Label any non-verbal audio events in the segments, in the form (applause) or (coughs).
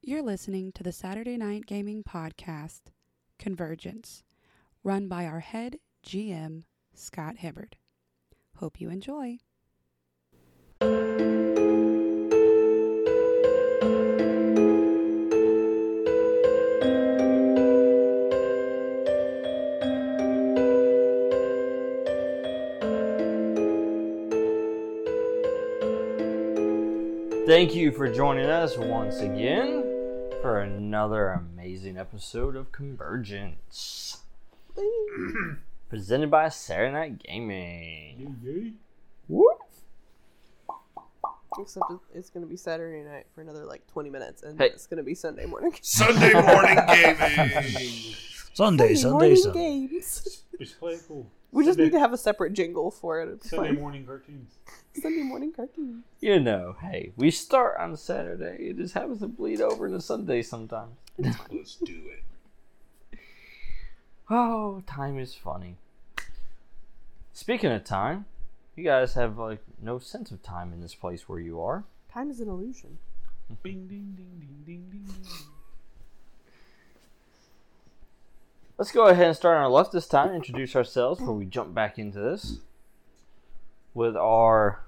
You're listening to the Saturday Night Gaming Podcast, Convergence, run by our head GM, Scott Hibbard. Hope you enjoy. Thank you for joining us once again for another amazing episode of Convergence. Presented by Saturday Night Gaming. Woo! Except it- it's gonna be Saturday night for another like twenty minutes, and Hey. it's gonna be Sunday morning. (laughs) Sunday morning gaming. Sunday, Sunday, morning Sunday. games. (laughs) It's playful. We just Sunday- need to have a separate jingle for it. It's Sunday fun. morning cartoons. Sunday morning cartoon. You know, hey, we start on Saturday. It just happens to bleed over to Sunday sometimes. Let's do it. (laughs) Oh, time is funny. Speaking of time, you guys have like no sense of time in this place where you are. Time is an illusion. Bing, ding, ding, ding, ding, ding, ding. Let's go ahead and start on our left this time. Introduce ourselves before we jump back into this with our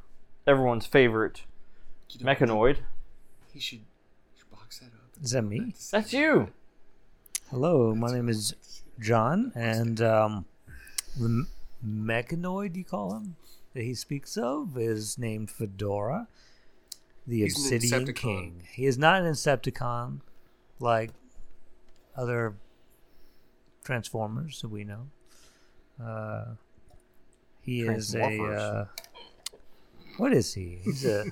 everyone's favorite mechanoid. He should, he should box that up. Is that me? That's you. Hello, my name is John, and um, the m- mechanoid you call him that he speaks of is named Fedora, the He's an Obsidian Insecticon. King. He is not an Insecticon like other Transformers that we know. Uh, he is a. Transmorphers. Uh, what is he? He's a.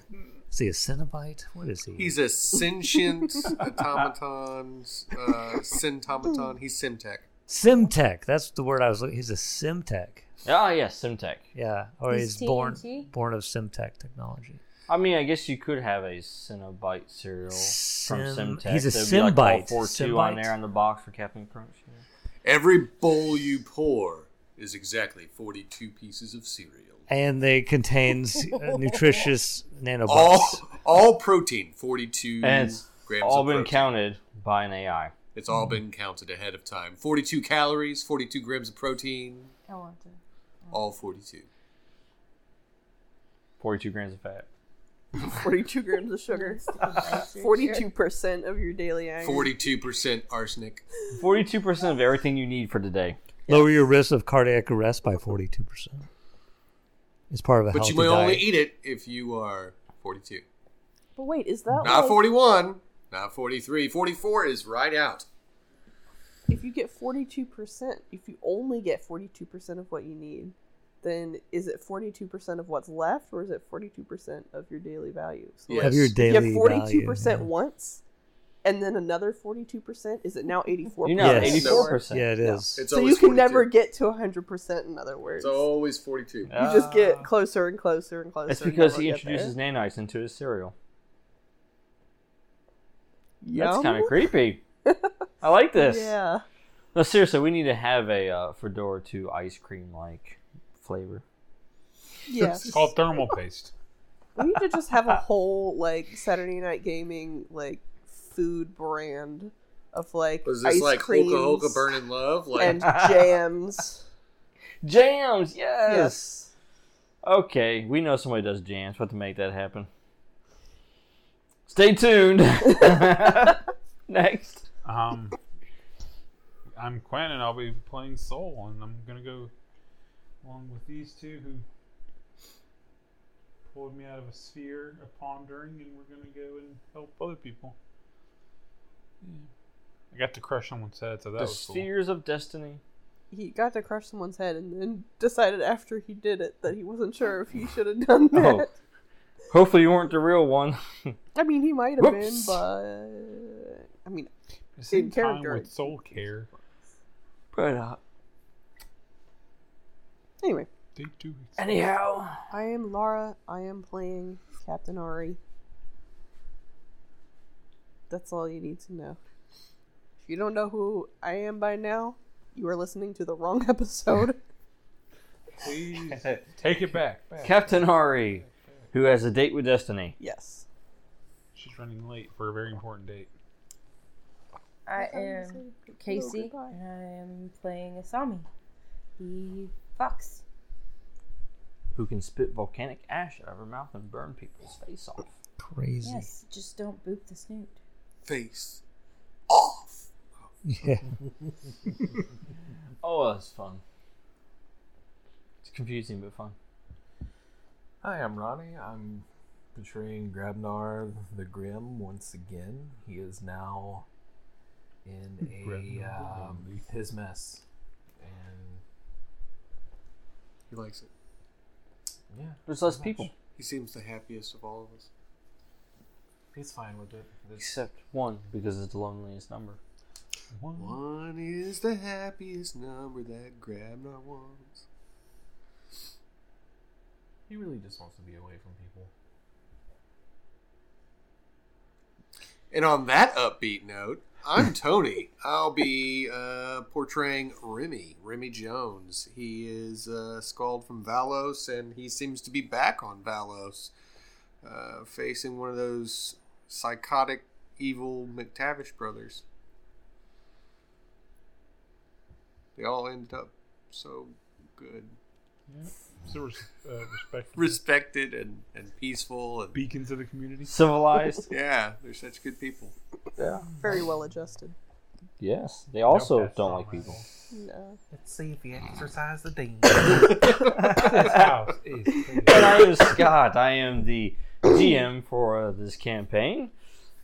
Is he a Cenobite? What is he? He's a (laughs) sentient automaton, uh, syntaumaton. He's Simtech. Simtech. That's the word I was looking. He's a Simtech. Ah, yes, Simtech. Yeah, or He's he's, born TNT? born of Simtech technology. I mean, I guess you could have a Cenobite cereal from Sim- Simtech. he's a There'd be, like, all Symbite. four two on Symbite. there on the box for Captain Crunch. yeah. Every bowl you pour is exactly 42 pieces of cereal. And they (laughs) contains uh, nutritious nanobots. All, Oh. all protein, 42 And it's grams all of been protein. counted by an AI. It's all been counted ahead of time. 42 calories, 42 grams of protein, I want to. all 42. Forty-two grams of fat. (laughs) Forty-two grams of sugar. Basic. Forty-two percent of your daily iron. 42% arsenic. Forty-two percent of everything you need for today. Lower your risk of cardiac arrest by forty two percent. It's part of a But healthy you may diet. only eat it if you are 42. But wait, is that Not like 41, not 43. 44 is right out. if you get forty-two percent, if you only get forty-two percent of what you need, then is it forty-two percent of what's left, or is it forty-two percent of your daily value? So Yeah. Have your Yes. daily you have forty-two percent value. once, and then another forty-two percent. Is it now eighty-four? You know, Yes. eighty-four percent. Yeah, it is. It's So you always can 42. never get to hundred percent. In other words, It's always 42. you just Ah. get closer and closer and closer. That's and because never he get there. introduces nanites into his cereal. That's Yum. kind of (laughs) creepy. I like this. Yeah, No, seriously, we need to have a uh, Fedora 2 ice cream like flavor. yeah. It's called thermal paste. we need to just have a whole like Saturday night gaming like food brand of like Was this ice like creams Hoka Hoka Burning Love? Like, and (laughs) jams. Jams, yes. yes. Okay, we know somebody does jams. We'll have to make that happen. Stay (laughs) tuned. (laughs) Next. Um, I'm Quinn, and I'll be playing Soul, and I'm gonna go along with these two who pulled me out of a sphere of pondering, and we're gonna go and help other people. Yeah. I got to crush someone's head, so that the was cool. spheres of destiny. He got to crush someone's head and then decided after he did it that he wasn't sure if he should have done that. Oh. Hopefully, you weren't the real one. I mean, he might have been, Whoops. but I mean, At the same in time character. with Soul Care, but uh, anyway. they do. anyhow, I am Lara. I am playing Captain Ari. That's all you need to know. If you don't know who I am by now, you are listening to the wrong (laughs) episode. Please (laughs) take it back. back. Captain Ari, who has a date with destiny. yes. She's running late for a very important date. I am Casey, and I am playing Asami. He fucks. Who can spit volcanic ash out of her mouth and burn people's face off? Crazy. Yes, just don't boop the snoot. Face off. (laughs) Yeah. Oh, that's fun. It's confusing but fun. Hi, I'm Ronnie. I'm portraying Grabnar the Grim once again. He is now in Grabnar a the um, Grim. his mess, and He likes it. yeah, There's less pretty much. people. He seems the happiest of all of us. He's fine with it. There's- Except one, because it's the loneliest number. One. One is the happiest number that Grabnar wants. he really just wants to be away from people. And on that upbeat note, I'm Tony. I'll be uh, portraying Remy, Remy Jones. He is uh, scald from Valos, and he seems to be back on Valos, uh, facing one of those psychotic, evil McTavish brothers. They all ended up so good, Yep. So res- uh, respect. respected, and, and peaceful, and beacons of the community. Civilized. yeah, they're such good people. (laughs) yeah. Very well adjusted. Yes. They also Okay, don't so like my- people. No. Let's see if he exercised the demon. This (laughs) house is (laughs) And crazy. I am Scott. I am the GM for uh, this campaign.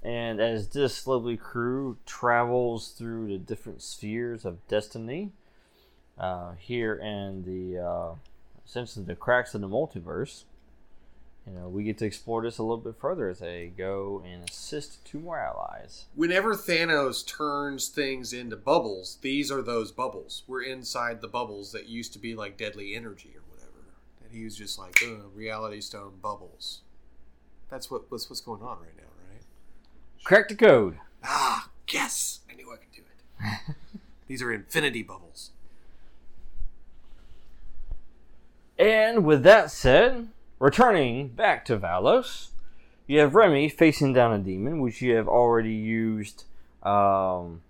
And as this lovely crew travels through the different spheres of destiny, uh, here in the uh, essentially the cracks of the multiverse, you know, we get to explore this a little bit further as they go and assist two more allies. whenever Thanos turns things into bubbles, these are those bubbles. We're inside the bubbles that used to be like deadly energy or whatever. And he was just like, Ugh, reality stone bubbles. That's what that's what's going on right now, right? Crack the code. Ah, yes, I knew I could do it. these are infinity bubbles. And with that said, returning back to Valos, you have Remy facing down a demon, which you have already used um,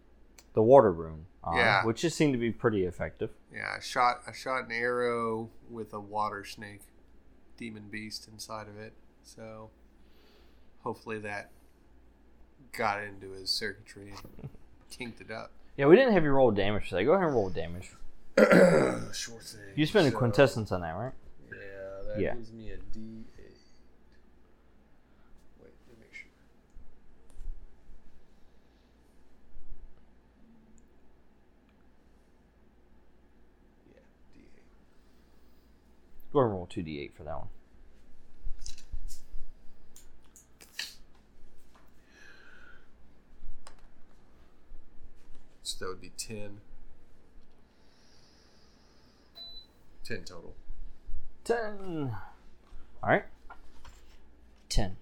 the water rune on, Yeah. which just seemed to be pretty effective. Yeah, I shot I shot an arrow with a water snake, demon beast inside of it. So hopefully that got into his circuitry (laughs) and kinked it up. Yeah, we didn't have you roll damage today. Go ahead and roll damage. Sure Uh, thing. You spent a So, quintessence on that, right? Yeah, that Yeah. gives me a D eight. Wait, let me make sure. Yeah, D eight. Go ahead and roll 2d8 for that one. So that would be ten. Ten total. 10. Alright. 10.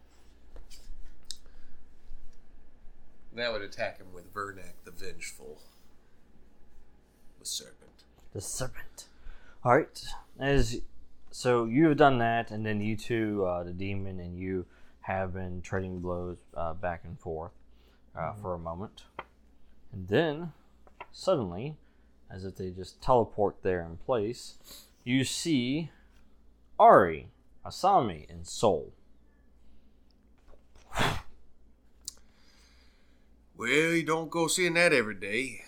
That would attack him with Vernak the Vengeful. With Serpent. The serpent. All right. As so, you have done that, and then you two, uh, the demon, and you have been trading blows uh, back and forth uh, for a moment, and then suddenly, as if they just teleport there in place, you see Ari, Asami, and Soul. Well, you don't go seeing that every day.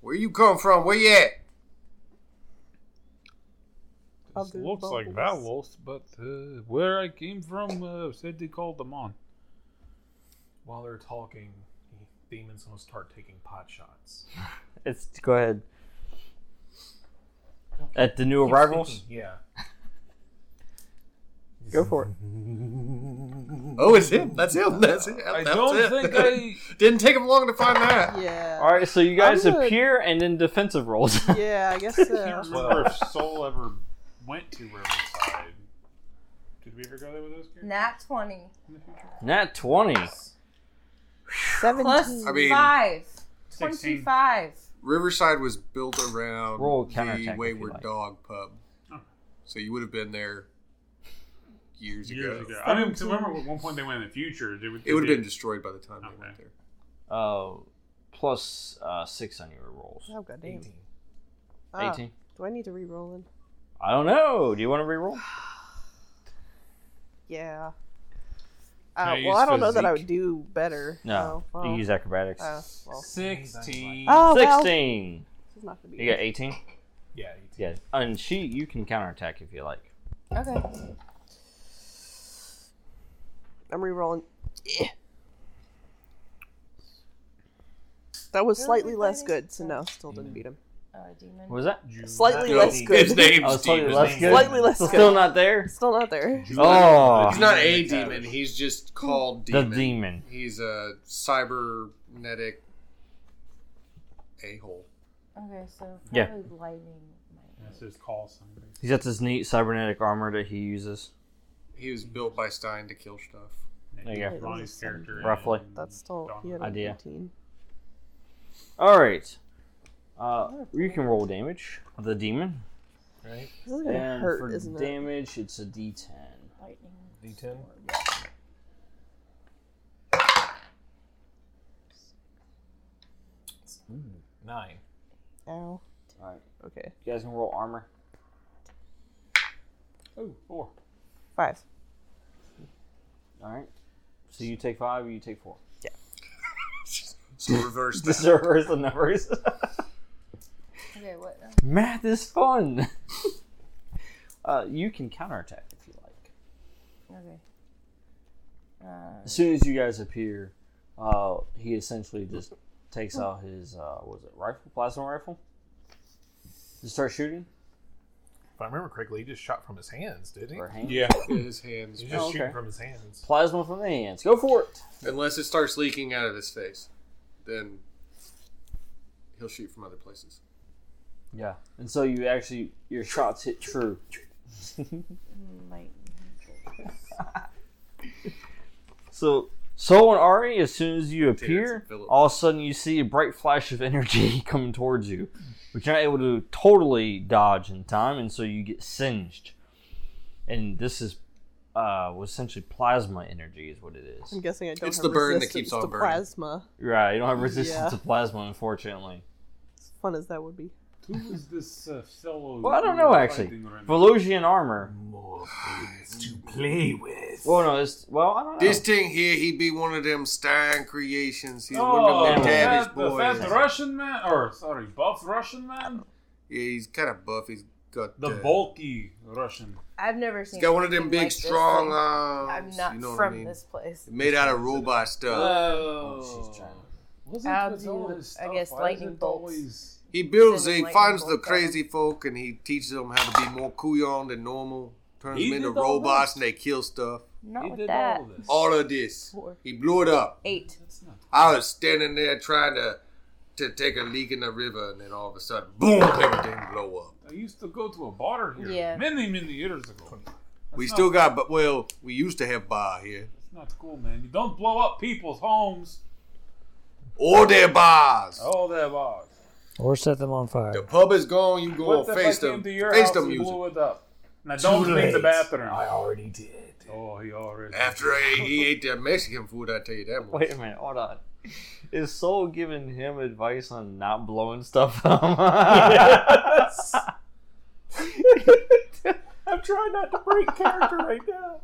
Where you come from? Where you at? This Other looks like bubbles. Valos, but uh, where I came from uh, said they called them on. (coughs) While they're talking, the demon's gonna start taking pot shots. It's go ahead. At the new arrivals, Speaking- Yeah. go for it. Oh, it's him. That's him. That's him. I That's don't it. think I. (laughs) Didn't take him long to find that. Yeah. All right, so you guys I'm gonna- appear and then defensive rolls. (laughs) Yeah, I guess I can't so. remember if Soul ever went to Riverside. Did we ever go there with those characters? Nat 20. Nat twenty. Plus I mean- 5. 16. 25. Riverside was built around Roll counterattack if the you Wayward like. Dog pub. Oh. So you would have been there years, Years ago. ago. I mean, 'cause remember at one point they went in the future. Did we, It would have did- been destroyed by the time they Okay. went there. Oh, plus uh, six on your rolls. Oh goddamn. 18. Ah, 18. do I need to re-roll in? I don't know. Do you want to (sighs) reroll? Yeah. I Uh, use well, I don't know that I would physique? do better. No. so, you Oh, well, use acrobatics. uh, well. Sixteen. Oh, well, 16. this is not gonna be You got 18? Yeah. Yeah. And she, you can counterattack if you like. Okay. I'm re-rolling. Eh. That was Really slightly less fighting? good, so no, still didn't beat him. Uh, demon. What was that? Slightly No, less His good. name's Oh, slightly Demon. less good. Slightly less So good. Still not there? (laughs) Still not there. Oh. He's not a demon. He's just called The demon. demon. He's a cybernetic a hole. Okay, so probably Yeah. lightning. Might That's just call somebody. He's got this neat cybernetic armor that he uses. He was built by Stein to kill stuff. There you go. Ronnie's character. Roughly. and That's still he had Donna. a Idea. 15. All right. Uh, you can roll damage of the demon. Right? This is gonna and hurt, for isn't it? damage, it's a d10. lightning. D10. Nine. Ow. All right. Okay. You guys can roll armor. Oh, four. Five. All right. So you take five, you (laughs) take four. (laughs) So reverse that. Reverse the numbers. Okay, what? uh, (laughs) Math is fun. (laughs) uh, you can counterattack if you like. Okay. Uh, As soon as you guys appear, uh, he essentially just takes out his uh, what was it rifle, plasma rifle, just start shooting If I remember correctly, he just shot from his hands, didn't he? or hand. Yeah. His hands. He was just Oh, okay. shooting from his hands. Plasma from the hands. Go for it. Unless it starts leaking out of his face, then he'll shoot from other places. Yeah. And so you actually your shots hit true. lightning. So Soul and Ari, as soon as you appear, Philip. all of a sudden you see a bright flash of (laughs) energy coming towards you, but you're not able to totally dodge in time, and so you get singed. And this is uh, well, essentially plasma energy, is what it I'm is. guessing I don't It's have the burn that resistance keeps on to burning. plasma. Right, you don't have resistance Yeah. to plasma, unfortunately. As fun as that would be. Who is this uh, fellow? Well, I don't you know are actually. fighting right now? Volusian armor. More things to play with. Well, no, it's well, I don't know. This thing here, he be one of them Stein creations. He's one Oh, of the them yeah. Davish fat, the boys. fat Russian man, or sorry, buff Russian man, Yeah, he's kind of buff. He's got the uh, bulky Russian. I've never He's seen. got one of them anything big, like this, strong so I'm arms. not you know what I from mean? this place. Made out of robot stuff. Oh, she's trying to- What's How up with do all you- this I stuff? guess Why is lightning it bolts. always- He builds, Sending he lightning finds the bolts at crazy folk, and he teaches them how to be more kuyon than normal. Turns He them into did all robots, this? and they kill stuff. Not He with did that. all of this. All of this. He blew it up. Eight. That's not- I was standing there trying to to take a leak in the river, and then all of a sudden, boom! Everything blow up. I used to go to a bar here Yeah. many, many years ago. we not- still got, but well, we used to have bar here. That's not cool, man. You don't blow up people's homes. All their bars. Oh, that was. Or set them on fire. The pub is gone. You go What and if face I came the to your face house the and music. blew it up? Now don't Too clean the late. bathroom. I already did. Oh, he already. After he, he ate that Mexican food, I tell (laughs) you that much. Wait a minute, hold on. Is Soul giving him advice on not blowing stuff up? yes. I'm trying not to break character (laughs) right now.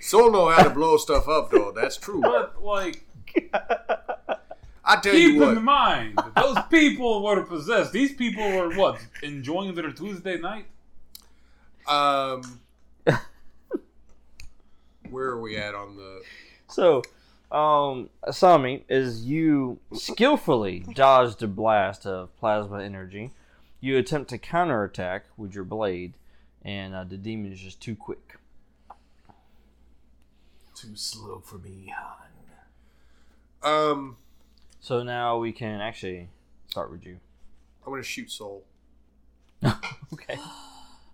Soul know how to blow stuff up, though. That's true. But like, I tell keep you in what. (laughs) mind, that those people were possessed. These people were what enjoying their Tuesday night. (laughs) Um, where are we at on the? (laughs) So, um, Asami, as you skillfully dodged a blast of plasma energy, you attempt to counterattack with your blade, and uh, the demon is just too quick. Too slow for me, Han. Um, So now we can actually start with you. I'm gonna shoot Soul. (laughs) Okay.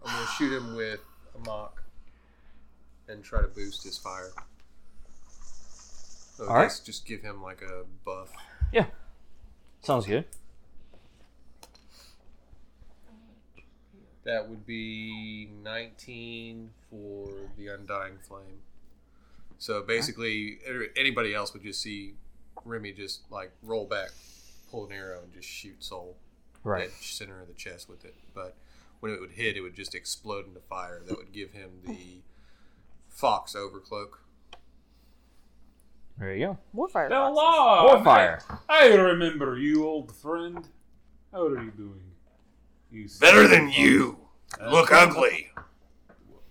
I'm gonna shoot him with a mock and try to boost his fire. So All right. that's- just give him like a buff. Yeah. Sounds good. That would be 19 for the Undying Flame. So basically, er- anybody else would just see Remy just like roll back, pull an arrow, and just shoot Soul Right. dead center of the chest with it. But when it would hit, it would just explode into fire. That would give him the fox overcloak. There you go. More fire. Hello! More fire. I remember you, old friend. How are you doing? You Better silly than fox. you. Uh, Look ugly.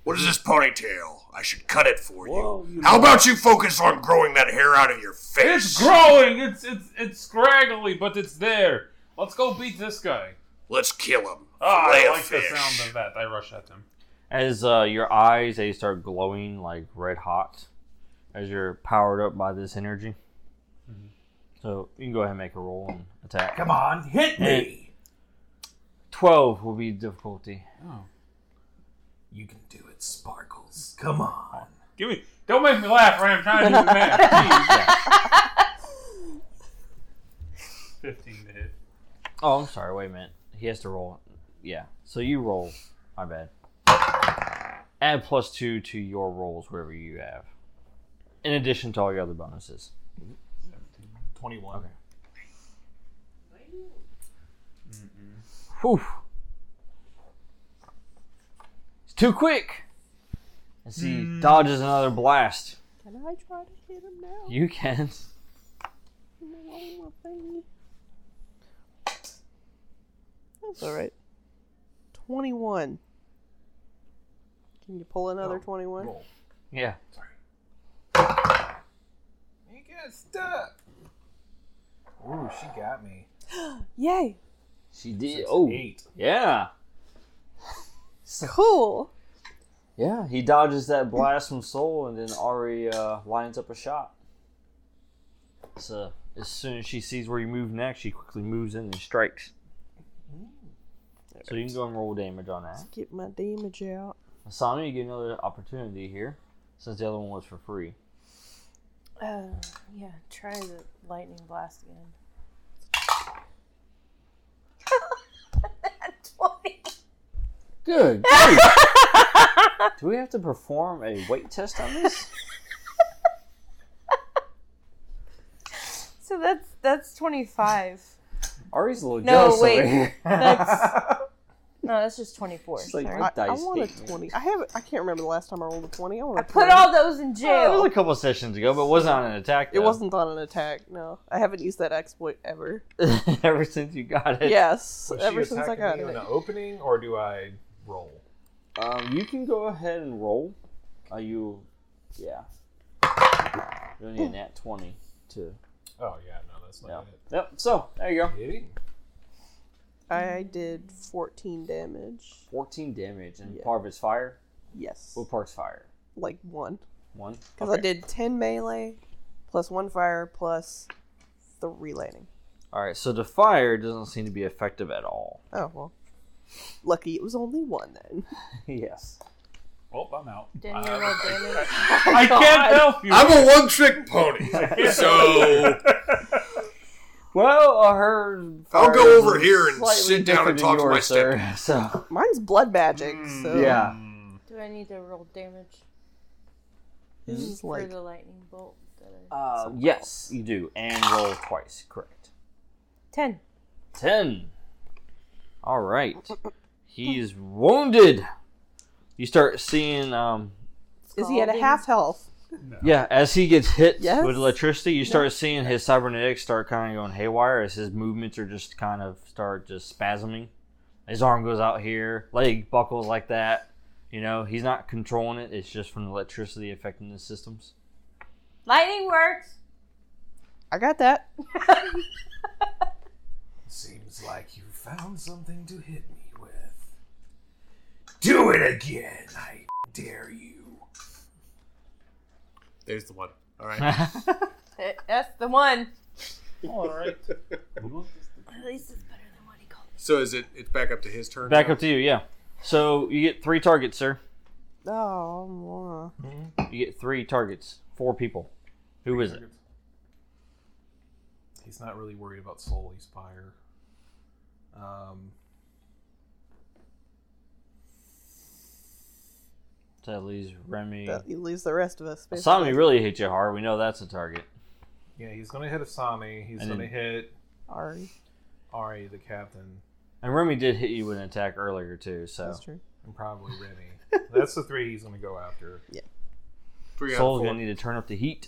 What is this ponytail? I should cut it for Well, you. you How know- about you focus on growing that hair out of your It's face? growing. It's it's it's scraggly, but it's there. Let's go beat this guy. Let's kill him. Ah, Fillet I a like the fish. sound of that. I rush at him. As uh, your eyes, they start glowing like red hot as you're powered up by this energy. Mm-hmm. So you can go ahead and make a roll and attack. Come on, hit me. 12 will be difficulty. Oh, You can do it, Sparkles. Come on. give me! Don't make me laugh, Ray. I'm trying to do the math. (laughs) Jeez. Fifteen to hit. Oh, I'm sorry. Wait a minute. He has to roll. Yeah. So you roll. My bad. Add plus two to your rolls, wherever you have, in addition to all your other bonuses. 21. Okay. Whew. It's too quick. And see, dodges another blast. Can I try to hit him now? You can. (laughs) No, my thingy. That's all right. Twenty-one. Can you pull another Oh, twenty-one? Roll. Yeah. You get stuck. Ooh, she got me. Yay! She did. Oh. Eight. Yeah. Cool. Yeah. He dodges that blast from Soul and then Ari uh, lines up a shot. So as soon as she sees where you move next, she quickly moves in and strikes. So you can go and roll damage on that. Get my damage out. Asami, you get another opportunity here since the other one was for free. Uh, yeah, try the lightning blast (laughs) again. Twenty. Good. Do we have to perform a weight test on (laughs) this? So that's that's twenty five. Ari's a little No, jealous. wait. over here. (laughs) That's no, that's just twenty four. She's like, Sorry. my I, I dice want hate a me. twenty. I have. I can't remember the last time I rolled a twenty. I want I a put 20. all those in Oh, it was jail. a couple sessions ago, but it wasn't on an attack. It though. wasn't on an attack. No, I haven't used that exploit ever. (laughs) ever since you got it. yes, Was she ever since I attacking got me in it. the opening, or do I roll? Um, you can go ahead and roll. Are you? Yeah. You only need a nat twenty to. Oh yeah, no, that's Yeah. not Yep. So there you go. it. Hitting. I did fourteen damage. Fourteen damage, and Yeah. part of it's fire. Yes, What part's fire? like one. One. Because I Okay. did 10 melee, plus 1 fire, plus 3 landing. All right. So the fire doesn't seem to be effective at all. Oh, well. Lucky it was only 1 then. (laughs) yes. Well, Oh, I'm out. Didn't you roll damage? I can't help you. I'm a one trick (laughs) pony. so Well, uh, her. I'll fire go is over here and slightly sit down and different talk to than my yours, sir. (laughs) So Mine's blood magic, so. yeah. Do I need to roll damage This is for like. the lightning bolt? That I... Uh, yes, you do, and roll twice. Correct. Ten. 10. All right. He's wounded. You start seeing, um, Is he at a Scalding. half health? yeah, as he gets hit Yes. with electricity, you start seeing his cybernetics start kind of going haywire as his movements are just kind of start just spasming. His arm goes out here, leg buckles like that. You know, he's not controlling it, it's just from the electricity affecting his systems. Lightning works. I got that. Seems like you found something to hit me with. Do it again, I dare you. There's the one. (laughs) All right. Eh, That's the one. All right. At least it's better than what he called. So is it? It's back up to his turn. Back now? up to you, yeah. So you get three targets, sir. Oh, more. You get three targets, four people. Who is it? He's not really worried about soul. He's fire. Um, So that leaves Remy. That, you lose the rest of us. basically. Asami really hit you hard. We know that's a target. Yeah, he's gonna hit Asami. He's And gonna then- hit Ari. Oh. Ari, the captain, And Remy did hit you with an attack earlier too, so That's true. and probably Remy. That's the three he's gonna go after. Three out Soul's of gonna four. need to turn up the heat.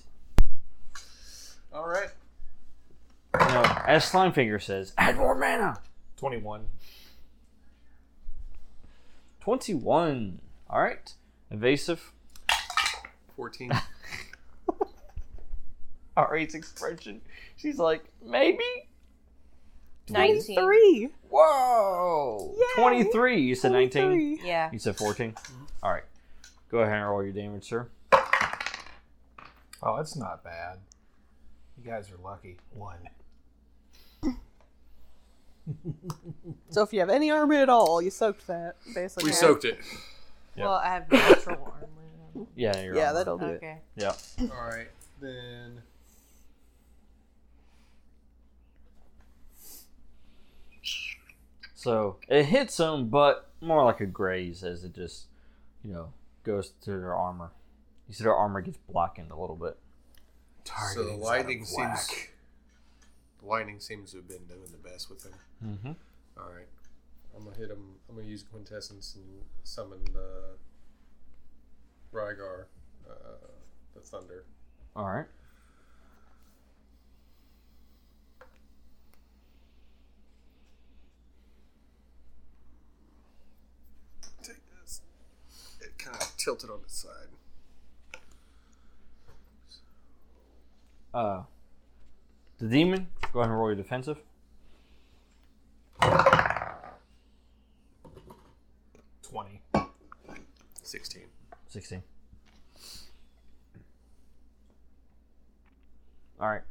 All right. You know, as Slimefinger says, add more mana. Twenty-one. Twenty-one. All right, evasive. 14. Ari's expression. She's like, maybe. 19. Three. Whoa. Twenty-three. You said nineteen. Three. Yeah. You said fourteen. All right. Go ahead and roll your damage, sir. Oh, that's not bad. You guys are lucky. One. So if you have any armor at all, you soaked that basically. We soaked it. Well, I have natural armor. Yeah, you're Yeah, on. that'll do it. Okay. Yeah. All right. Then. So it hits him, but more like a graze as it just, you know, goes through their armor. You see their armor gets blackened a little bit. So the lightning seems. The lightning seems to have been doing the best with him. Mm-hmm. All right. I'm gonna hit him. I'm gonna use quintessence and summon uh, Rygar, uh, the thunder. All right. Take this. It kind of tilted on its side. Uh, the demon. Go ahead and roll your defensive. Twenty. Sixteen. Sixteen. All right.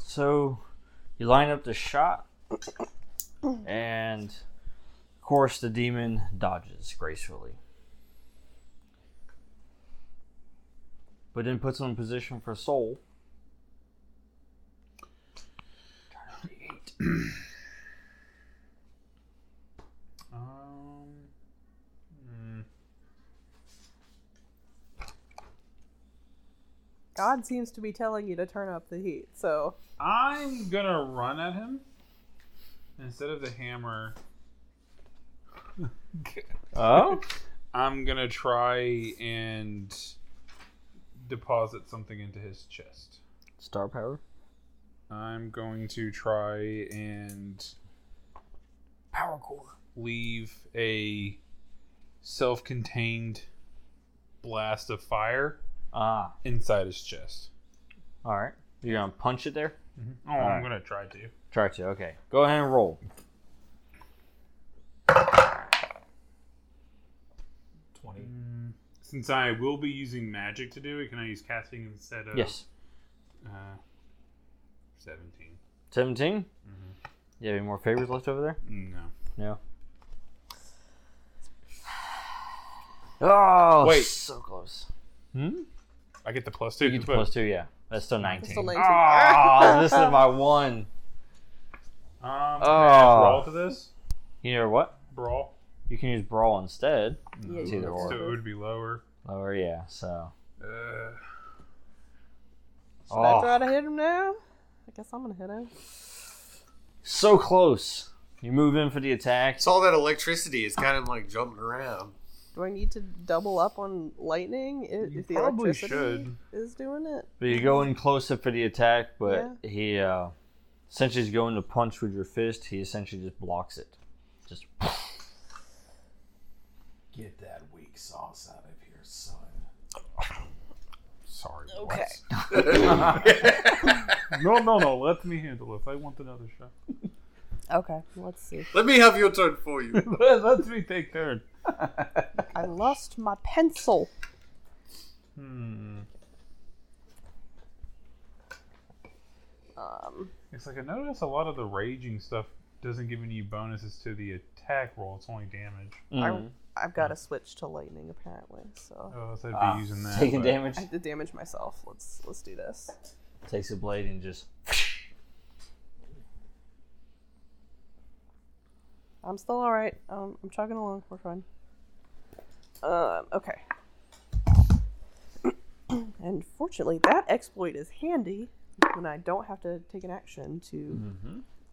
So you line up the shot, and of course the demon dodges gracefully. But then puts him in position for soul. Um. hmm. God seems to be telling you to turn up the heat. So I'm gonna run at him instead of the (laughs) hammer. Oh, I'm gonna try and deposit something into his chest. star power. I'm going to try and power core leave a self-contained blast of fire Ah, inside his chest. all right. You're gonna punch it there. Oh, Alright. I'm gonna try to. Try to. Okay. Go ahead and roll. Twenty. Since I will be using magic to do it, can I use casting instead of Yes. Uh, seventeen. 17? You have any more favors left over there? No. No. (sighs) Oh, Wait. so close. Hmm? I get the plus two. You get the plus two, yeah. That's still 19. still nineteen. Ah. Oh, this is my one. (laughs) Um, oh. (laughs) Oh. brawl to this You know what? brawl. You can use brawl instead. Yeah, It's you either can or. So it would be lower. Lower, yeah. So. Uh, should Oh. I try to hit him now? I guess I'm gonna hit him. So close. You move in for the attack. It's all that electricity. It's kind of like jumping around. Do I need to double up on lightning if, You if the probably electricity should. is doing it? But you go in closer for the attack, but he uh, essentially is going to punch with your fist. He essentially just blocks it. Just Get that weak sauce out of here, son. sorry. Okay. boys. no, no, no. Let me handle it. I want another shot. Okay. Let's see. Let me have your turn for you. (laughs) Let me take turn. I lost my pencil. Hmm. Um. It's like I notice a lot of the raging stuff doesn't give any bonuses to the attack roll. It's only damage. Mm. I, I've got to switch to lightning apparently. So Oh, so I'd be using that. Ah, taking but- damage. I have to damage myself. Let's let's do this. Takes a blade and just I'm still all right. Um, I'm chugging along. We're fine. Um, okay. (clears throat) And fortunately, that exploit is handy when I don't have to take an action to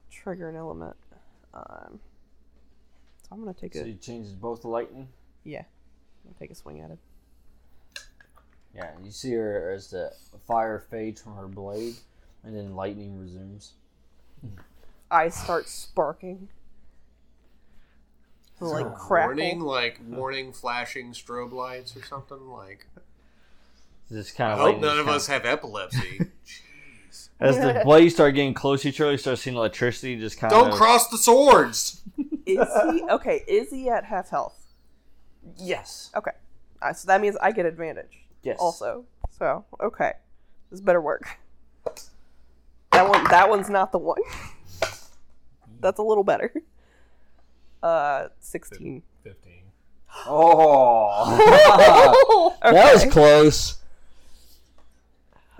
trigger an element. Um, so I'm gonna take So a you changes both the lightning. yeah, I'm gonna take a swing at it. Yeah, you see her as the fire fades from her blade, and then lightning resumes. Eyes start sparking. So, like crackle. Warning, like warning flashing strobe lights or something. Like, This kind I of hope lightning none is of kinda- us have epilepsy. Jeez. (laughs) As the blades start getting close to each other, you start seeing electricity just kind Don't of. cross the swords. Is (laughs) he okay? Is he at half health? Yes. Okay, uh, so that means I get advantage. Yes. Also, so okay, this better work. That one, that one's not (laughs) the one. That's a little better. Uh, sixteen. 15. Oh, that was close. (laughs)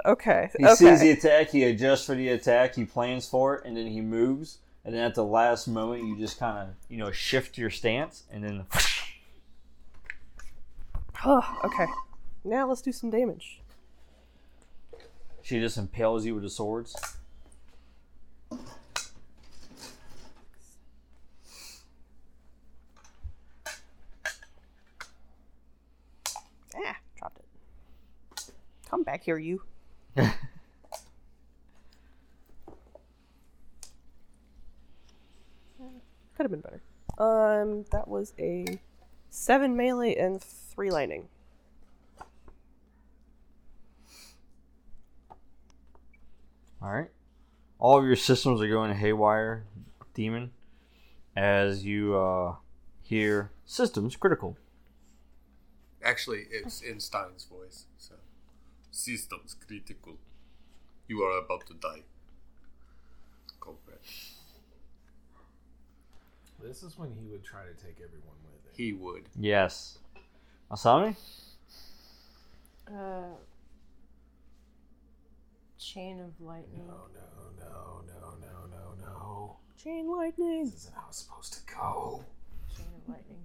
Okay. He okay. sees the attack. He adjusts for the attack. He plans for it, and then he moves. And then at the last moment, you just kind of you know shift your stance, and then (laughs) Ugh, (sighs) okay. Now let's do some damage. she just impales you with the swords. Ah, dropped it. Come back here, (laughs) you. Could have been better. Um, that was a seven melee and three lightning. All right. All of your systems are going haywire, demon, as you uh, hear systems critical. Actually, it's in Stein's voice. So, systems critical. You are about to die. Culprit. This is when he would try to take everyone with him. He would. Yes. Asami? Uh, chain of lightning. No, no, no, no, no, no, no. Chain lightning. This isn't how it's supposed to go. Chain of lightning.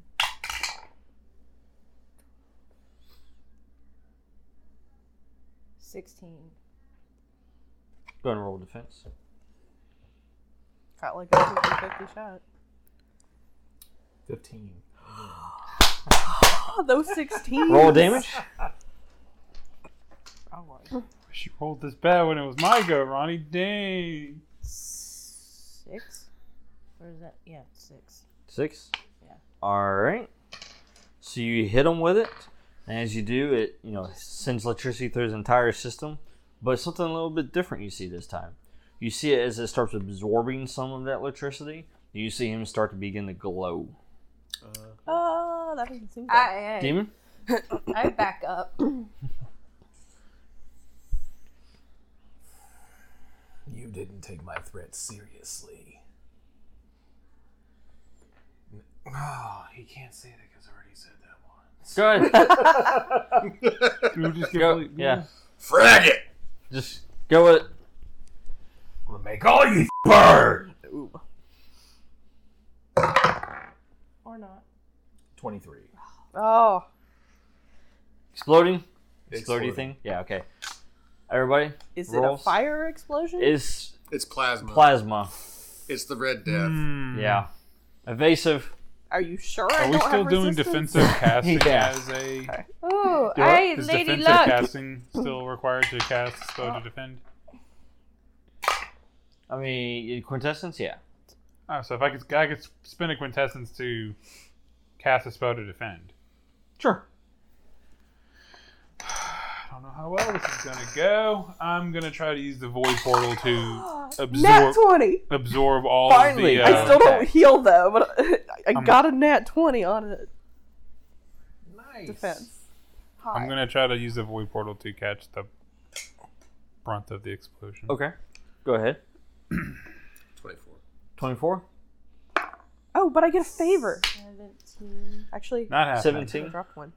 Sixteen. Go ahead and roll defense. Caught like a 50-50 shot. 15. Oh, those (laughs) sixteen. Roll damage. Oh, She rolled this bad when it was my go, Ronnie. Dang. Six. Or is that? Yeah, six. Six. Yeah. All right. So you hit him with it, and as you do, it you know sends electricity through his entire system. But something a little bit different you see this time. You see it as it starts absorbing some of that electricity. You see him start to begin to glow. Oh, that doesn't seem bad. I, Demon. I, I back up. You didn't take my threat seriously. N- (sighs) Oh, he can't say that because I already said that once. Go ahead. Dude, just get go. really- Yeah. Frag it! Just go with it. I'm gonna make all you burn! Ooh. Or not. 23. Oh, Exploding. Exploding. Exploding thing. Yeah. Okay. Everybody. is it Rolls. a fire explosion? It's It's plasma. plasma. it's the Red Death. Hmm. Yeah. Evasive. Are you sure? I Are we don't still have doing resistance? defensive casting (laughs) Yeah. as a. Ooh, Do I it? Is lady defensive luck. casting still required to cast spell to defend? I mean, quintessence. Yeah. Oh, so if I could, I could spin a quintessence to cast a spell to defend. Sure. I don't know how well this is gonna go. I'm gonna try to use the void portal to (gasps) Nat absorb twenty. absorb all Finally. of the. Yeah. Uh, I still don't Oh, Okay. heal though, but I- I I'm- got a nat twenty on it. Nice. Defense. I'm gonna try to use the void portal to catch the brunt of the explosion. Okay. Go ahead. 24. 24, Oh, but I get a favor. Seventeen. Actually, Not happening. 17. dropped one.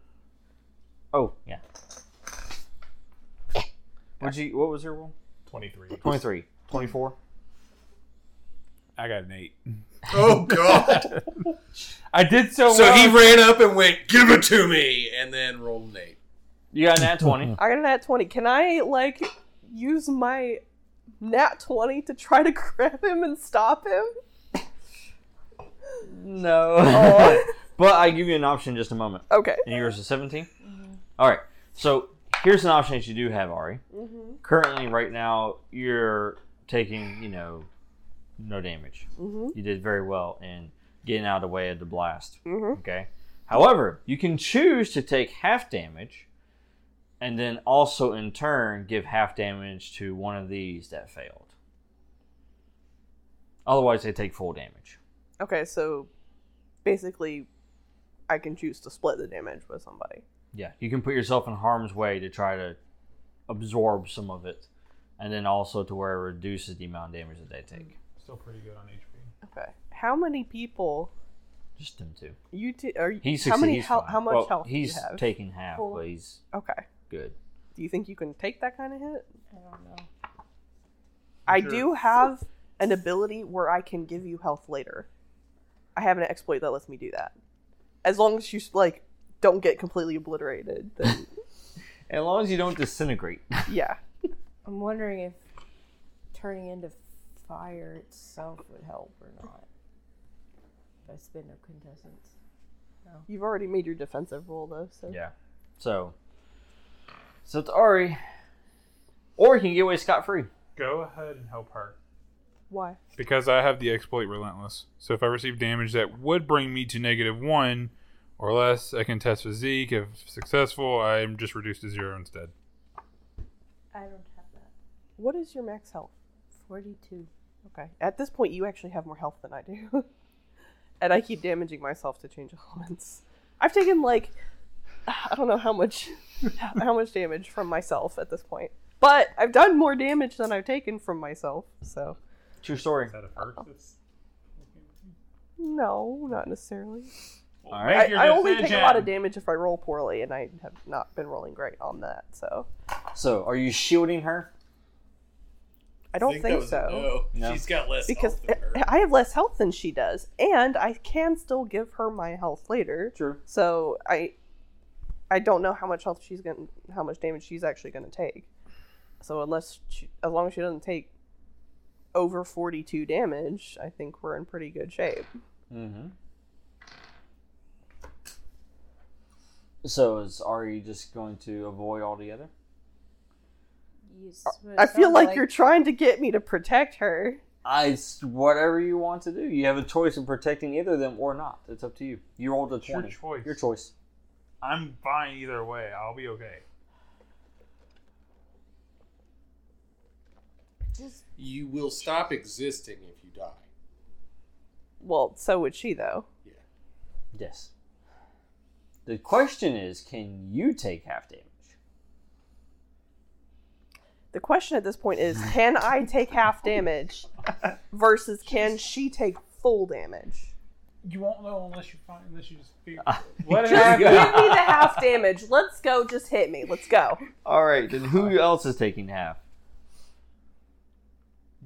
Oh, yeah. What'd you, what was your roll? 23. 23. 24. I got an eight. Oh, God. I did so. so well. he ran up and went, Give it to me! And then rolled an 8. You got an at (laughs) 20. I got a nat 20. Can I, like, use my nat 20 to try to (laughs) grab him and stop him? no. Oh. (laughs) but I give you an option in just a moment. (laughs) Okay. And yours is 17? All right. So here's an option that you do have, Ari. Mm-hmm. Currently, right now, you're taking, you know, no damage. Mm-hmm. You did very well in getting out of the way of the blast. Mm-hmm. Okay. However, you can choose to take half damage and then also in turn give half damage to one of these that failed. Otherwise, they take full damage. Okay, so basically, I can choose to split the damage with somebody. Yeah, you can put yourself in harm's way to try to absorb some of it and then also to where it reduces the amount of damage that they take. Still pretty good on HP. Okay. How many people Just them two. you t- are? You, He how succeeds. many? he's hel- fine. how much Well, health He's do you have? taking half, Four. but he's okay. good. Do you think you can take that kind of hit? I don't know. I Sure. do have an ability where I can give you health later. I have an exploit that lets me do that. As long as you like don't get completely obliterated, then As long as you don't (laughs) disintegrate. yeah. I'm wondering if turning into fire itself would help or not. If I spin no contestants. You've already made your defensive roll though, so Yeah. So, so it's Ari, or he can get away scot free. Go ahead and help her. why? Because I have the exploit relentless. So if I receive damage that would bring me to negative one or less, I can test physique. If successful, I am just reduced to zero instead. I don't have that. What is your max health? 42. Okay. At this point, you actually have more health than I do. (laughs) and I keep damaging myself to change elements. I've taken like I don't know how much how much damage from myself at this point. But I've done more damage than I've taken from myself, so True story. Is that a versus? no, not necessarily. All I, right. your I only take decision. a lot of damage if I roll poorly, and I have not been rolling great on that, so So, are you shielding her? I don't think, so. uh, She's got less Because health than her. I have less health than she does, and I can still give her my health later. True. So I I don't know how much health she's going to how much damage she's actually going to take. So unless she, as long as she doesn't take over 42 damage, I think we're in pretty good shape. Mm-hmm. So is Ari just going to avoid altogether? Yes, Uh, I feel like, you're trying to get me to protect her. I it's whatever you want to do. You have a choice of protecting either of them or not. It's up to you. You rolled a It's your twenty. choice. Your choice. I'm fine either way. I'll be okay. You will stop existing if you die. Well, so would she though. Yes. The question is, can you take half damage? The question at this point is can I take half damage versus can she take full damage? You won't know unless you find unless you just figure. What Just give me the half damage. Let's go. Just hit me. Let's go. All right, then (laughs) who else is taking half?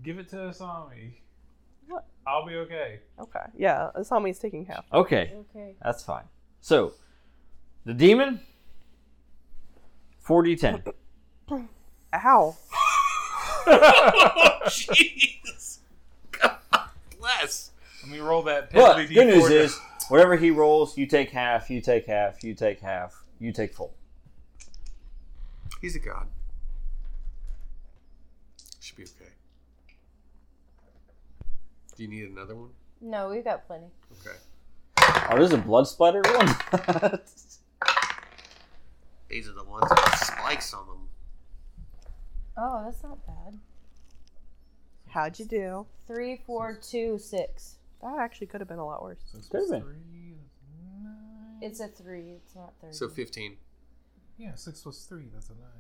Give it to Asami. What? I'll be okay. Okay. Yeah, Asami's taking half. Okay, Okay. that's fine. So, the demon, 4d10. Ow. Jeez. God bless. Let me roll that. But piddly good news D4. is, whatever he rolls, you take half, you take half, you take half, you take full. He's a god. Should be okay. Do you need another one? No, we've got plenty. Okay. Oh, there's a blood splatter (laughs) one. These are the ones with spikes on them. Oh, that's not bad. How'd you do? Three, four, two, six. That actually could have been a lot worse. Could've been. Three, nine. It's a three. It's not thirty. So 15. Yeah, six plus three, that's a nine.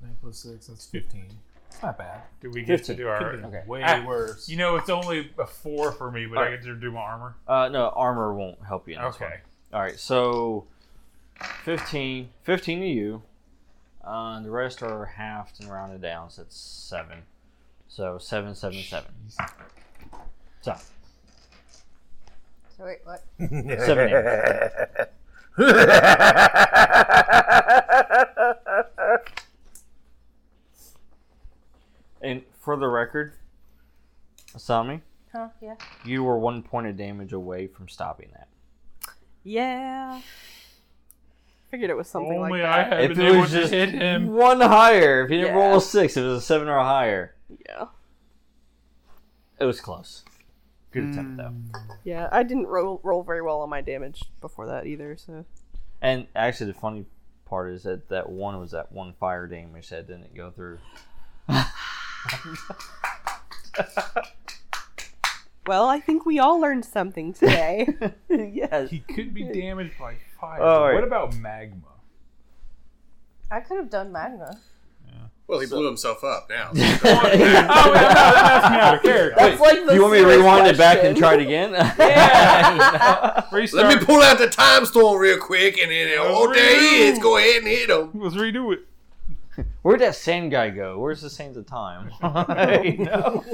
Nine plus six, that's fifteen. It's not bad. Do we get to 15. do our? Could be okay. Way Ah, worse. You know, it's only a four for me, but I Alright. get to do my armor. uh, no, armor won't help you. In this Okay. One. All right, so 15, 15 to you. Uh, the rest are halved and rounded down, so it's seven. So seven, seven, seven. So So wait, what? seven damage. And for the record, Asami, Huh? Yeah. you were one point of damage away from stopping that. Yeah. Figured it was Oh, something Only like I that. had been able to hit him. one higher, if you didn't roll Yeah. a six, if it was a seven or higher, Yeah. it was close. Good attempt though. Yeah. I didn't roll roll very well on my damage before that either. So And actually, the funny part is that that one was that one fire damage that didn't go through. well, I think we all learned something today. (laughs) yes. He could be damaged by fire. All right. What about magma? I could have done magma. Well, he blew himself up (laughs) (laughs) now. oh, wait, no, that's me out of character. Wait, like Do you want me to rewind it back and try it again? restart. Let me pull out the time stone real quick, and then oh, there he is. Go ahead and hit him. Let's redo it. (laughs) Where'd that sand guy go? Where's the sands of time? (laughs) I know.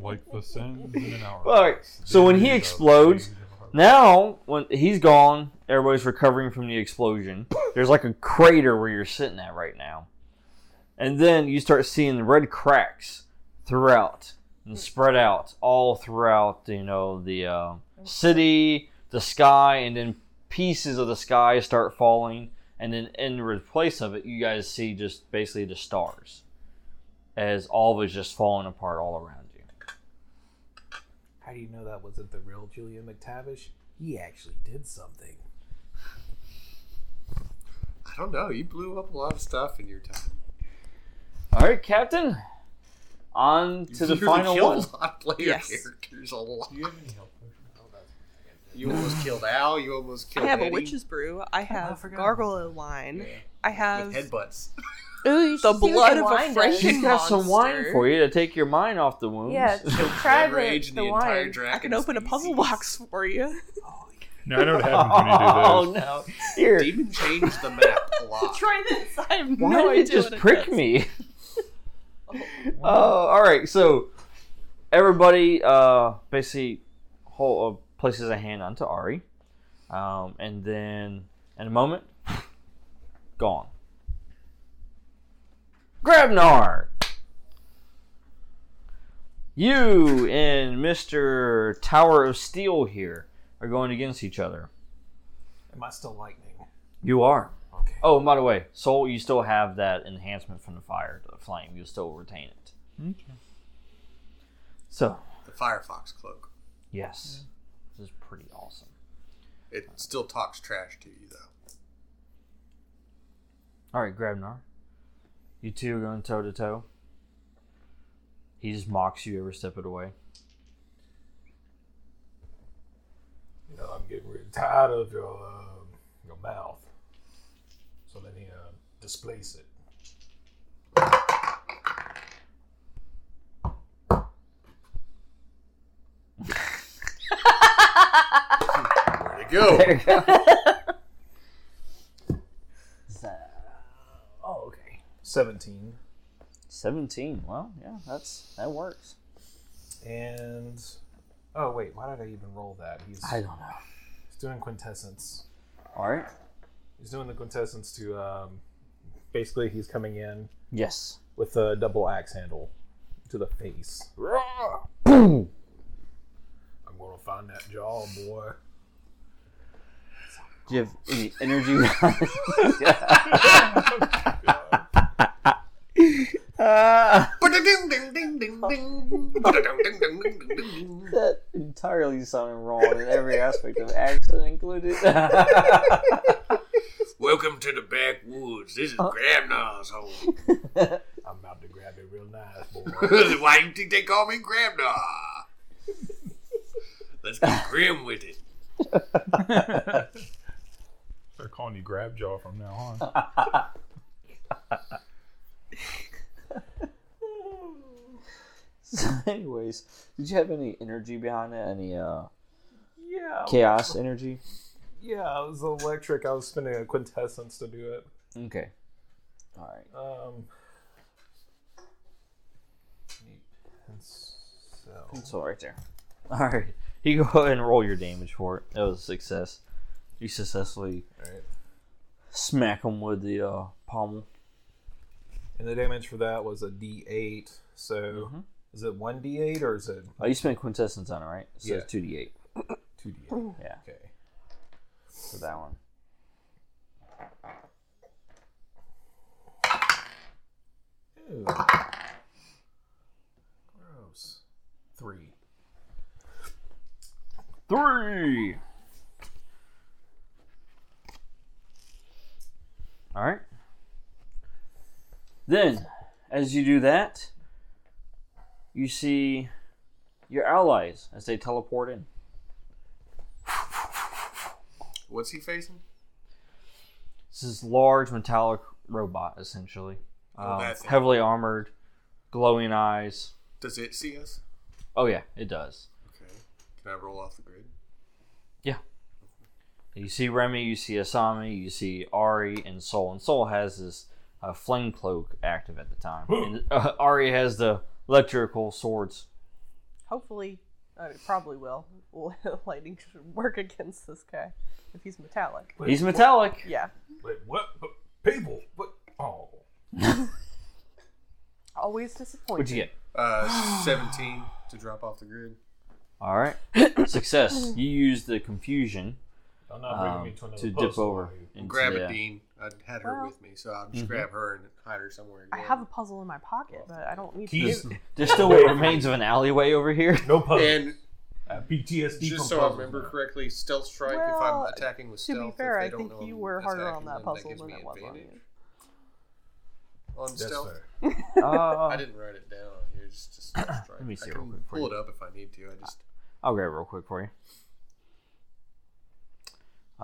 Like the sands in an hour. All right. So when he explodes, now when he's gone, everybody's recovering from the explosion. There's like a crater where you're sitting at right now, and then you start seeing red cracks throughout and spread out all throughout. You know the uh, city, the sky, and then pieces of the sky start falling, and then in place of it, you guys see just basically the stars, as all was just falling apart all around you. How do you know that wasn't the real Julian McTavish? He actually did something. I don't know. You blew up a lot of stuff in your time. All right, Captain. On to the (laughs) You final killed one. A lot of player Yes. characters. A lot. You almost killed Al. You almost I killed. have a Eddie witch's brew. I have forgot. gargoyle wine. I with have headbutts. Ooh, you the should see what blood the of wine a does. Franken She's got some wine monster. for you to take your mind off the wounds. Yeah, (laughs) Killed try Blood Rage the, and the entire wine. dragon. I can open a puzzle box for you. No, I know what happens when you do (laughs) (laughs) Oh this. no! Here, Demon changed the map a lot. Try this. (laughs) I have why no did idea it just what prick (laughs) does. me? Oh, all right. So everybody, uh, basically, hold, uh, places a hand onto Ari, um, and then in a moment, (laughs) gone. Grabnar. You and Mr. Tower of Steel here are going against each other. Am I still lightning? You are. Okay. Oh, and by the way, soul, you still have that enhancement from the fire, the flame. You'll still retain it. Okay. So, The Firefox cloak. yes. This is pretty awesome. It still talks trash to you though. All right, Grabnar. You two are going toe to toe. He just mocks you every step of the way. You know, I'm getting really tired of your um your mouth. So let me uh, displace it. There you go. Oh, okay. Seventeen. 17. Well, yeah, that's that works. And oh wait, why did I even roll that? He's I don't know. he's doing quintessence. All right. He's doing the quintessence to um, basically he's coming in Yes. with a double axe handle to the face. Boom. I'm gonna find that jaw, boy. Do you have any energy? (laughs) Ding ding ding ding ding. Ding ding ding ding ding. that entirely sounded wrong in every aspect of accent included. Welcome to the backwoods. This is Grabnar's (laughs) home. I'm about to grab it real nice, (laughs) boy. Why do you think they call me Grabnar? Let's get grim with it. They're calling you grab jaw from now (laughs) on. so (laughs) anyways, did you have any energy behind it? Any uh, yeah. chaos energy? Yeah, it was electric. I was spending a quintessence to do it. Okay. All right. Um. And so. (laughs) So right there. All right. You go ahead and roll your damage for it. That was a success. You successfully Alright. smack him with the uh, pommel. And the damage for that was a D8. So is it one D8 or is it Oh, you spent quintessence on it, right? So Yeah. it's 2d8 two D8? Yeah. Okay. for that one. Ew. Gross. Three. Three. All right. Then, as you do that, you see your allies as they teleport in. What's he facing? This is large metallic robot, essentially, Oh, Um, that thing. heavily armored, glowing eyes. Does it see us? Oh yeah, it does. Okay. Can I roll off the grid? You see Remy, you see Asami, you see Ari, and Soul. And Soul has this uh, flame cloak active at the time. and uh, Ari has the electrical swords. Hopefully, I mean, probably will. (laughs) will lightning should work against this guy if he's metallic. He's metallic. Yeah. Wait, what? People? What? Oh. Always disappointing. What'd you get? Uh, (gasps) 17 to drop off the grid. All right. (coughs) Success. You use the confusion I'm not bringing um, me to another to dip puzzle, over. are you? into grab the- uh, a Dean. I had her Well- with me, so I'll just grab her and hide her somewhere. I again. have a puzzle in my pocket, but I don't need to. Keys. do- There's still (laughs) what remains of an alleyway over here. No puzzle. And I have PTSD just from so I puzzles remember now. correctly, stealth strike if Well, I'm attacking with to stealth. be fair, I if they don't think know you I'm were harder attacking on that them, puzzle gives than me it was on you. advantage. On That's stealth, fair. I Uh, didn't write it down on here. Just, just (coughs) stealth strike. me see I real can quick for pull you. it up if I need to. I just I'll grab it real quick for you.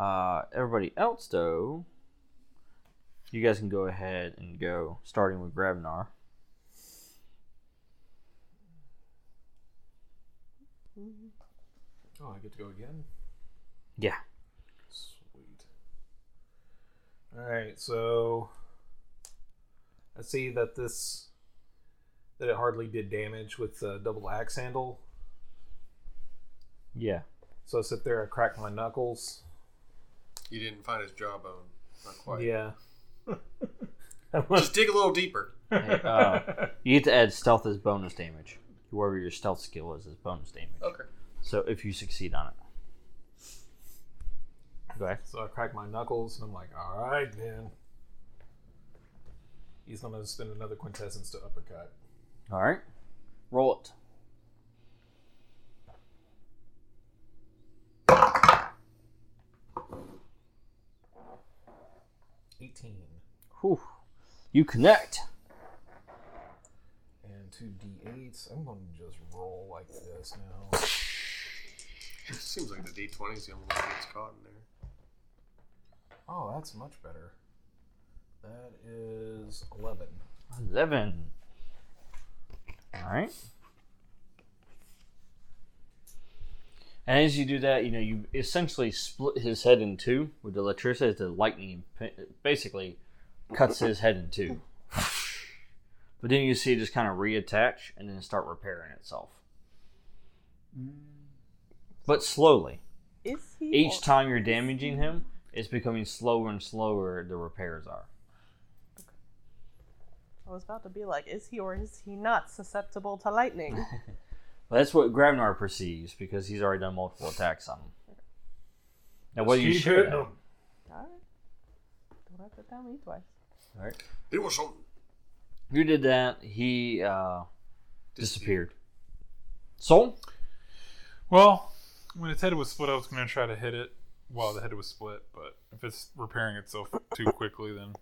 Uh, everybody else, though, you guys can go ahead and go, starting with Grabnar. Oh, I get to go again? Yeah. Sweet. Alright, so I see that this that it hardly did damage with the double axe handle. Yeah. So I sit there, I crack my knuckles. you didn't find his jawbone. Not quite. Yeah. Just dig a little deeper. Hey, uh, you get to add stealth as bonus damage. Whoever your stealth skill is, is bonus damage. Okay. So if you succeed on it. Go ahead. So I crack my knuckles and I'm like, alright then. He's gonna spend another quintessence to uppercut. All right. Roll it. Eighteen. Whew. You connect. And two D eights. I'm gonna just roll like this now. It seems like the D20 is the only one that gets caught in there. Oh, that's much better. That is 11. 11. All right. And as you do that, you know, you essentially split his head in two with the electricity. The lightning p- basically cuts his head in two. But then you see it just kind of reattach and then start repairing itself. But slowly. Is he? Each time you're damaging him, it's becoming slower and slower the repairs are. I was about to be like, is he or is he not susceptible to (laughs) lightning? Well, that's what Gravnar perceives because he's already done multiple attacks on him. Now, what do you Keep shoot hitting at? him. Alright. Don't have to tell me twice. Alright. It was something. You did that. He uh, disappeared. Soul? Well, when its head was split, I was going to try to hit it while the head was split, but if it's repairing itself too quickly, then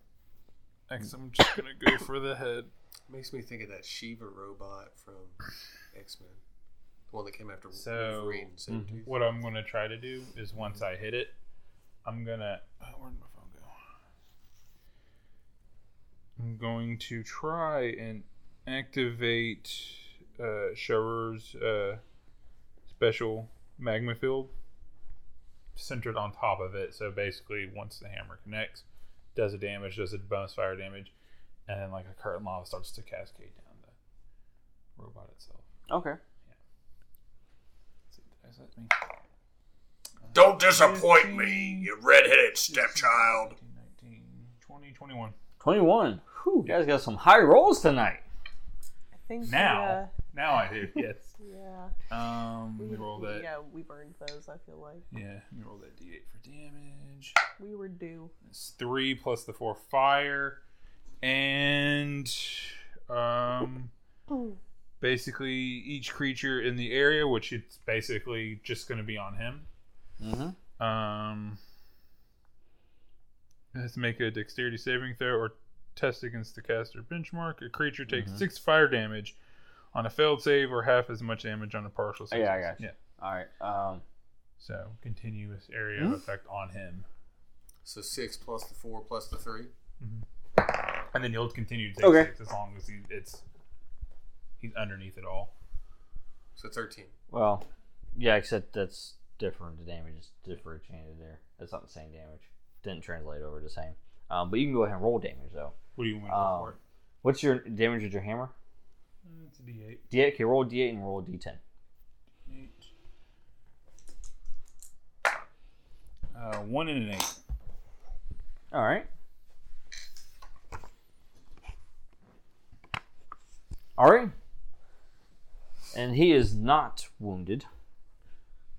next I'm just going to go for the head. Makes me think of that Shiva robot from X Men, the one that came after So- mm-hmm. Wolverine. So What I'm going to try to do is once I hit it, I'm going to. Oh, where did my phone go? I'm going to try and activate uh, Scherer's uh, special magma field centered on top of it. So basically, once the hammer connects, does a damage, does a bonus fire damage, and then like a current lava starts to cascade down the robot itself. Okay. Let's see, did I set me? Don't Uh, disappoint me, you redheaded stepchild. 19, 20, 21. 21. Whew, you guys got some high rolls tonight. I think Now, now I do. Yes. Yeah. yeah. Um, we roll (laughs) that. Yeah, we burned those. I feel like Yeah, let me roll that d8 for damage. we were due. It's three plus the four fire, and um, basically each creature in the area, which it's basically just going to be on him. Mm-hmm. Um, has to make a dexterity saving throw or test against the caster benchmark. A creature takes Mm-hmm. six fire damage on a failed save, or half as much damage on a partial save. Oh, Yeah, I got you. Yeah. All right. Um, So continuous area Hmm? of effect on him, So six plus the four plus the three. and then you'll continue to take Okay. six as long as he, it's he's underneath it all. So thirteen. well, yeah, except that's different. The damage is differentiated there. That's not the same damage. Didn't translate over the same. Um, but you can go ahead and roll damage, though. What do you want to Um, roll for? What's your damage with your hammer? Uh, It's a D8. D8. Okay, roll a D8 and roll a D10. Eight. Uh, one and an eight. All right. All right. And he is not wounded.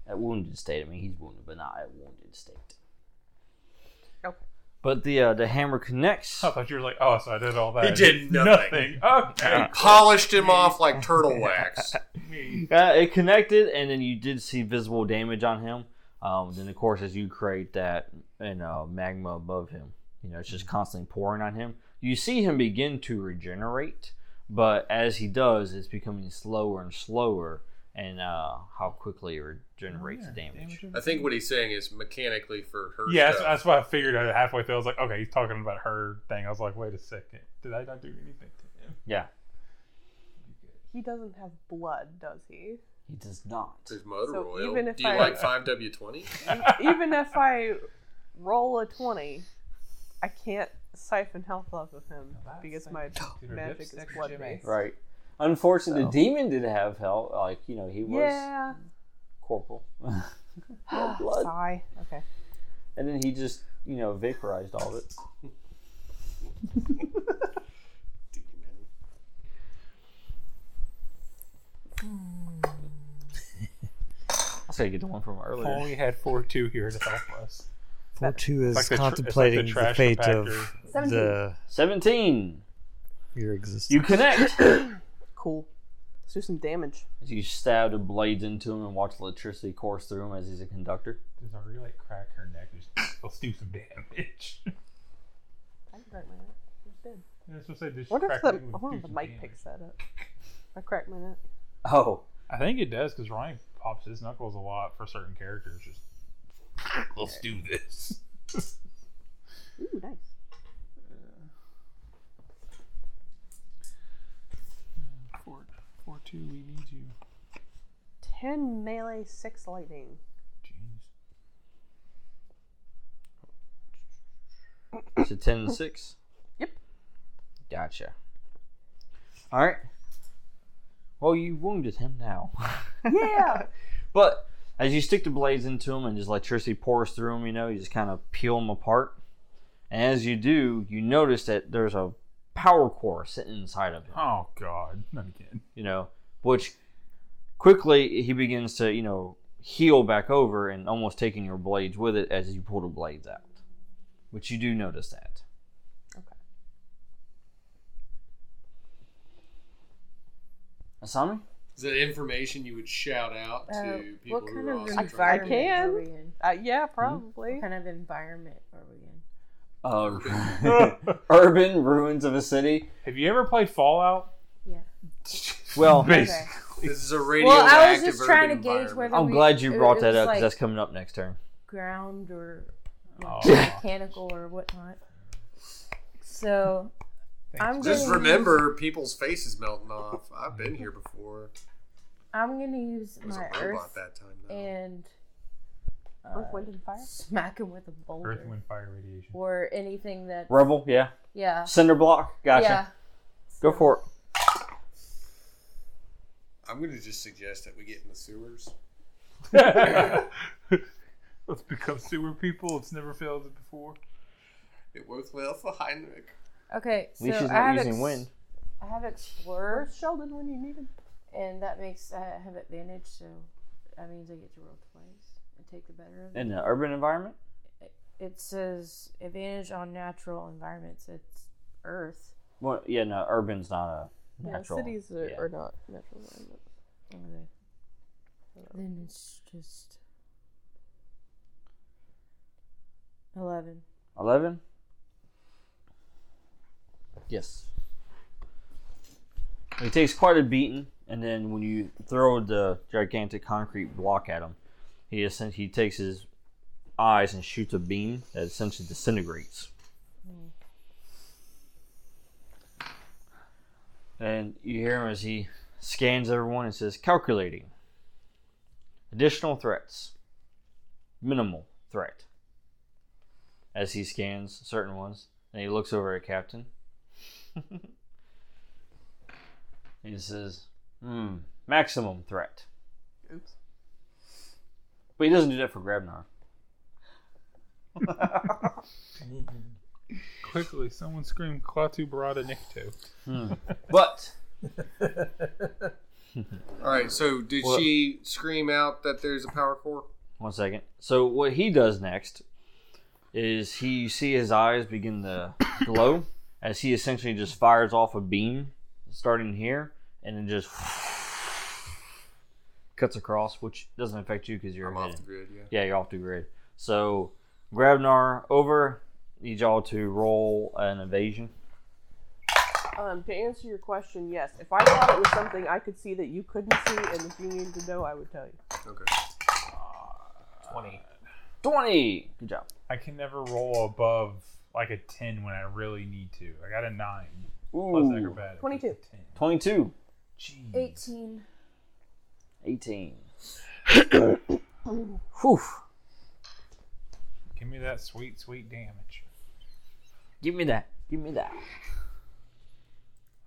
At wounded state. I mean, he's wounded, but not at wounded state. Okay. But the uh, the hammer connects. I thought you were like, oh, so I did all that. He did nothing. nothing. (laughs) Okay. Polished him off (laughs) like turtle wax. Uh, it connected, and then you did see visible damage on him. Um, then, of course, as you create that and uh, magma above him, you know, it's just constantly pouring on him. You see him begin to regenerate, but as he does, it's becoming slower and slower, and uh, how quickly it regenerates the damage. I think what he's saying is mechanically for her. Yeah, that's, stuff. that's why I figured out halfway through. I was like, okay, he's talking about her thing. I was like, wait a second. Did I not do anything to him? Yeah, He doesn't have blood, does (laughs) he? he does not. His motor So oil. even if Do you I- like five W twenty? Even if I roll a twenty, I can't siphon health off of him because my (gasps) magic is blood based. Right. Unfortunately, the demon did have help. Like, you know, he was Yeah. corporal. (laughs) Sigh. Okay. and then he just, you know, vaporized all of (laughs) it. I say get the one from earlier. Only had 4 2 here to (laughs) help us. Four two is like the tr- it's like the contemplating the, trash fate of compactor. the Seventeen. your existence. (laughs) You connect. Cool. Let's do some damage. As you stab the blades into him and watch electricity course through him as he's a conductor. Does Ari like crack her neck? Just, let's do some damage. I cracked my neck. Just did. That's what I said, just I wonder if crack the, her neck, I let's wonder do if the some mic damage. picks that up. I cracked my neck. Oh, I think it does because Ryan pops his knuckles a lot for certain characters. Just (laughs) let's do this. Ooh, nice. Four, four, two. We need you. Ten melee, six lightning. Jeez. it's a ten and six. Yep. Gotcha. All right. Well, you wounded him now. (laughs) Yeah. But as you stick the blades into them and just electricity pours through them, you know, you just kind of peel them apart. And as you do, you notice that there's a power core sitting inside of him, Oh God, not again. you know, which quickly he begins to, you know, heal back over and almost taking your blades with it as you pull the blades out. Which you do notice that. Okay. Asami? Is that information you would shout out to Uh, people what who kind are of awesome? I environment can. are we in? uh, yeah, Hmm? probably. What kind of environment are we in? Uh, (laughs) urban ruins of a city. Have you ever played Fallout? Yeah. Well, Okay. This is a Well, radioactive I was just trying to urban gauge environment. whether I'm we- glad you it- brought it that was up because like that's coming up next turn. ground or Oh, mechanical or whatnot. So I'm Just gonna remember people's faces melting off. I've been here before. I'm gonna use I was my a robot earth that time though. and uh, Earth, wind, and fire. smack him with a boulder Earth, Wind, Fire, Radiation. (laughs) or anything that. Rubble, yeah. Yeah. Cinder block, gotcha. Yeah. Go for it. I'm gonna just suggest that we get in the sewers. Let's become sewer people. It's never failed us before. It worked well for Heinrich. Okay, At so least she's I not have using ex- wind. I have explore, Sheldon when you need him? and that makes I have advantage. So that means I get to roll twice and take the better of it. In an urban environment? It says advantage on natural environments. It's Earth. Well, yeah, no, urban's not a Yeah, natural. cities are, yeah. are not natural environments. Okay. Then it's just eleven. 11? Yes. He takes quite a beating, and then when you throw the gigantic concrete block at him, he essen- he takes his eyes and shoots a beam that essentially disintegrates. And you hear him as he scans everyone and says, Calculating. Additional threats. Minimal threat as he scans certain ones, and he looks over at Captain. (laughs) he says, "Hmm, maximum threat." Oops. But he doesn't do that for Grabnar. Quickly, someone scream Klaatu Barada Nikto. But All right. So did Well- she scream out that there's a power core? one second. So what he does next is he you see his eyes begin to (coughs) glow as he essentially just fires off a beam starting here and then just (laughs) cuts across, which doesn't affect you because you're I'm off hidden. the grid. Yeah. Yeah, you're off the grid. So, Grabnar over. Need y'all to roll an evasion. Um, to answer your question, yes. If I thought it was something I could see that you couldn't see, and if you needed to know, I would tell you. Okay. 20. 20! Good job. I can never roll above like a 10 when I really need to. I got a 9. Plus Ooh, acrobatics. 22. 10. 22. Jeez. Eighteen. 18. Whew. Give me that sweet, sweet damage. Give me that. Give me that.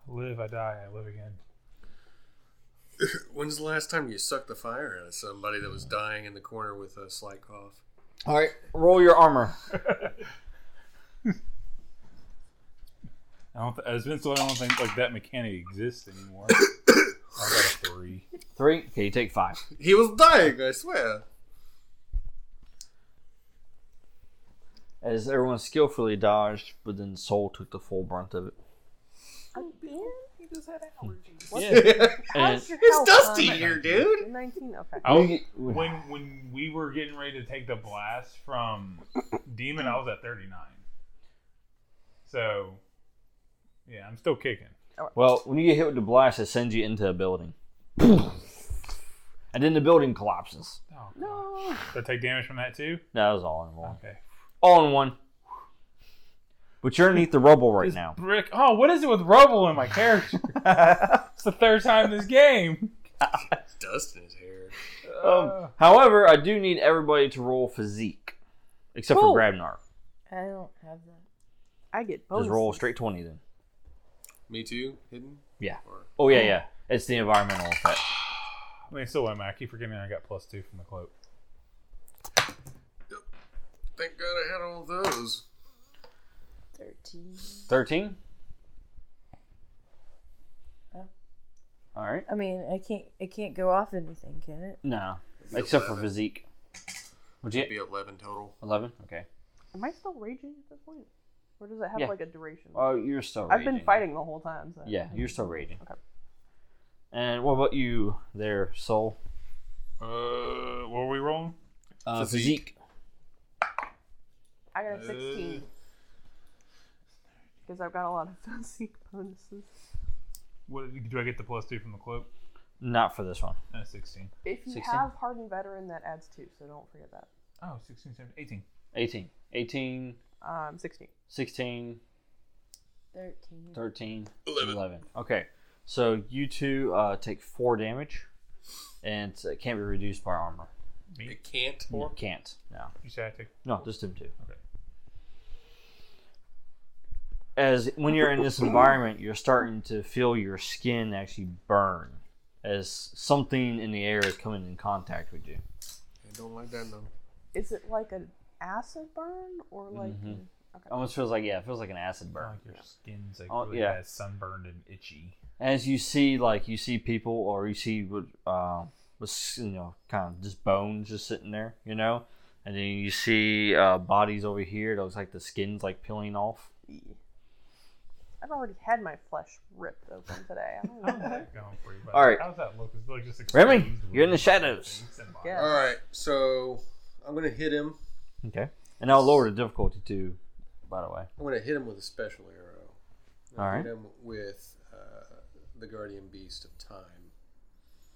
I live, I die, I live again. When's the last time you sucked the fire out of somebody that was dying in the corner with a slight cough? All right, roll your armor. I don't. Th- as Vince, I don't think like that mechanic exists anymore. I got a three. Three. Okay, you take five. He was dying, I swear. As everyone skillfully dodged, but then Soul took the full brunt of it. Yeah. and It's dusty here, dude. 19? Okay. (sighs) I was, get- when when we were getting ready to take the blast from Demon, I was at thirty nine. So, yeah, I'm still kicking. Well, when you get hit with the blast, it sends you into a building. and then the building collapses. Oh, no. Did I take damage from that too? That was all in one. Okay. All in one. But you're underneath the rubble right now. Brick. Oh, what is it with rubble in my character? it's the third time this game. It's dust in his hair. Um, however, I do need everybody to roll physique, except Cool. for Grabnar. I don't have that. I get bonus. Just roll straight twenty then. Me too. Hidden. Yeah. Oh yeah, yeah. It's the environmental effect. I mean, still, am I? I keep forgetting I got plus two from the cloak. Thank God I had all those. Thirteen. Thirteen. Oh. All right. I mean, I can't. It can't go off anything, can it? No, except for physique. Would you Be eleven total. eleven? Okay. Am I still raging at this point? Or does it have Yeah. like a duration? Oh, you're still. I've been raging. fighting the whole time. So. Yeah, you're still raging. Okay. And what about you, there, soul? Uh, what were we rolling? Uh, physique. I got a Uh. 16. Because I've got a lot of (laughs) physique bonuses. What do I get the plus two from the cloak? Not for this one. Uh, 16. If you 16. have hardened veteran, that adds two, so don't forget that. Oh, 16, 17, 18. 18. 18, Um, 16. 16, Thirteen. 13, 11. Okay. So you two uh, take four damage, and it can't be reduced by armor. It can't. Four? Can't. No. You say I take. No, just them two. Okay. As when you're in this environment, you're starting to feel your skin actually burn as something in the air is coming in contact with you. I don't like that though. Is it like an acid burn or like? Mm-hmm. Mhm. Okay. Almost feels like yeah, it feels like an acid burn. Like your skin's like Oh, really yeah. bad sunburned and itchy. As you see, like you see people, or you see with, uh, with you know, kind of just bones just sitting there, you know, and then you see uh, bodies over here. It looks like the skin's like peeling off. E? I've already had my flesh ripped open today. I don't know. Going for you, but All right. How's that look? It's like just Remy, exposed you're in the with shadows. things and Yeah. bodies. All right, so I'm gonna hit him. Okay, and I'll lower the difficulty too. By the way, I'm gonna hit him with a special arrow. I'll All right. Hit him with uh, the guardian beast of time,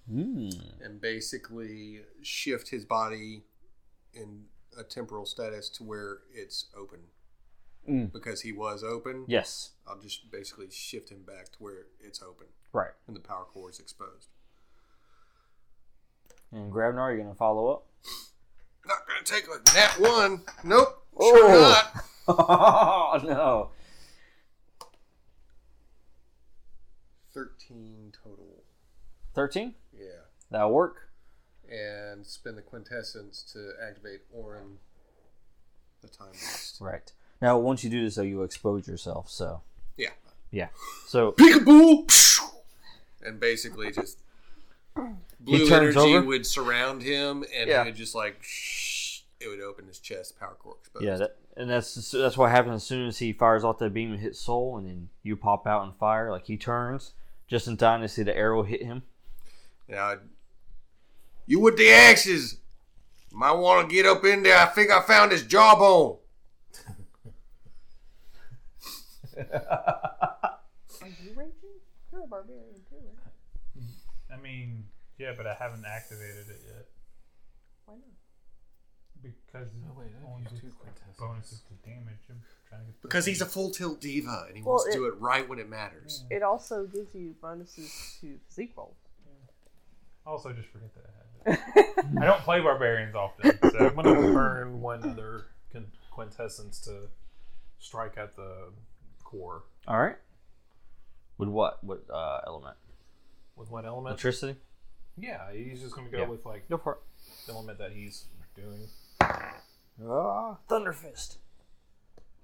Hmm. and basically shift his body in a temporal status to where it's open, Mm. because he was open. yes, I'll just basically shift him back to where it's open right. and the power core is exposed. And Grabnar, you're gonna follow up. Not gonna take a nat one. Nope. Sure Oh. not. oh (laughs) no! Thirteen total. Thirteen. Yeah. That'll work. and spend the quintessence to activate Orin, the time beast. Right. Now, once you do this, though, you expose yourself. So, Yeah. yeah. So, Peekaboo! Pshh! And basically just blue turns energy over? would surround him, and Yeah. it would just like shh, it would open his chest, power core exposed. yeah, that, and that's that's what happens as soon as he fires off that beam and hits Soul, and then you pop out and fire. Like he turns just in time to see the arrow hit him. Now, I'd- you with the axes might want to get up in there. I think I found his jawbone. Are you raging? You're a barbarian too, right? I mean, yeah, but I haven't activated it yet Why not? because No, Oh, wait, I only have gets two the quintessence. bonuses to damage. I'm trying to get the- Because he's a full tilt diva, and he Well, wants to it- do it right when it matters. It also gives you bonuses to physique rolls. Also, just forget that I have (laughs) it. I don't play barbarians often, so I'm gonna burn one other con- quintessence to strike at the core All right. With what? What uh, element? with what element? Electricity. Yeah, he's just gonna go Yeah. with like Go for it. the element that he's doing. Ah, Thunder Fist.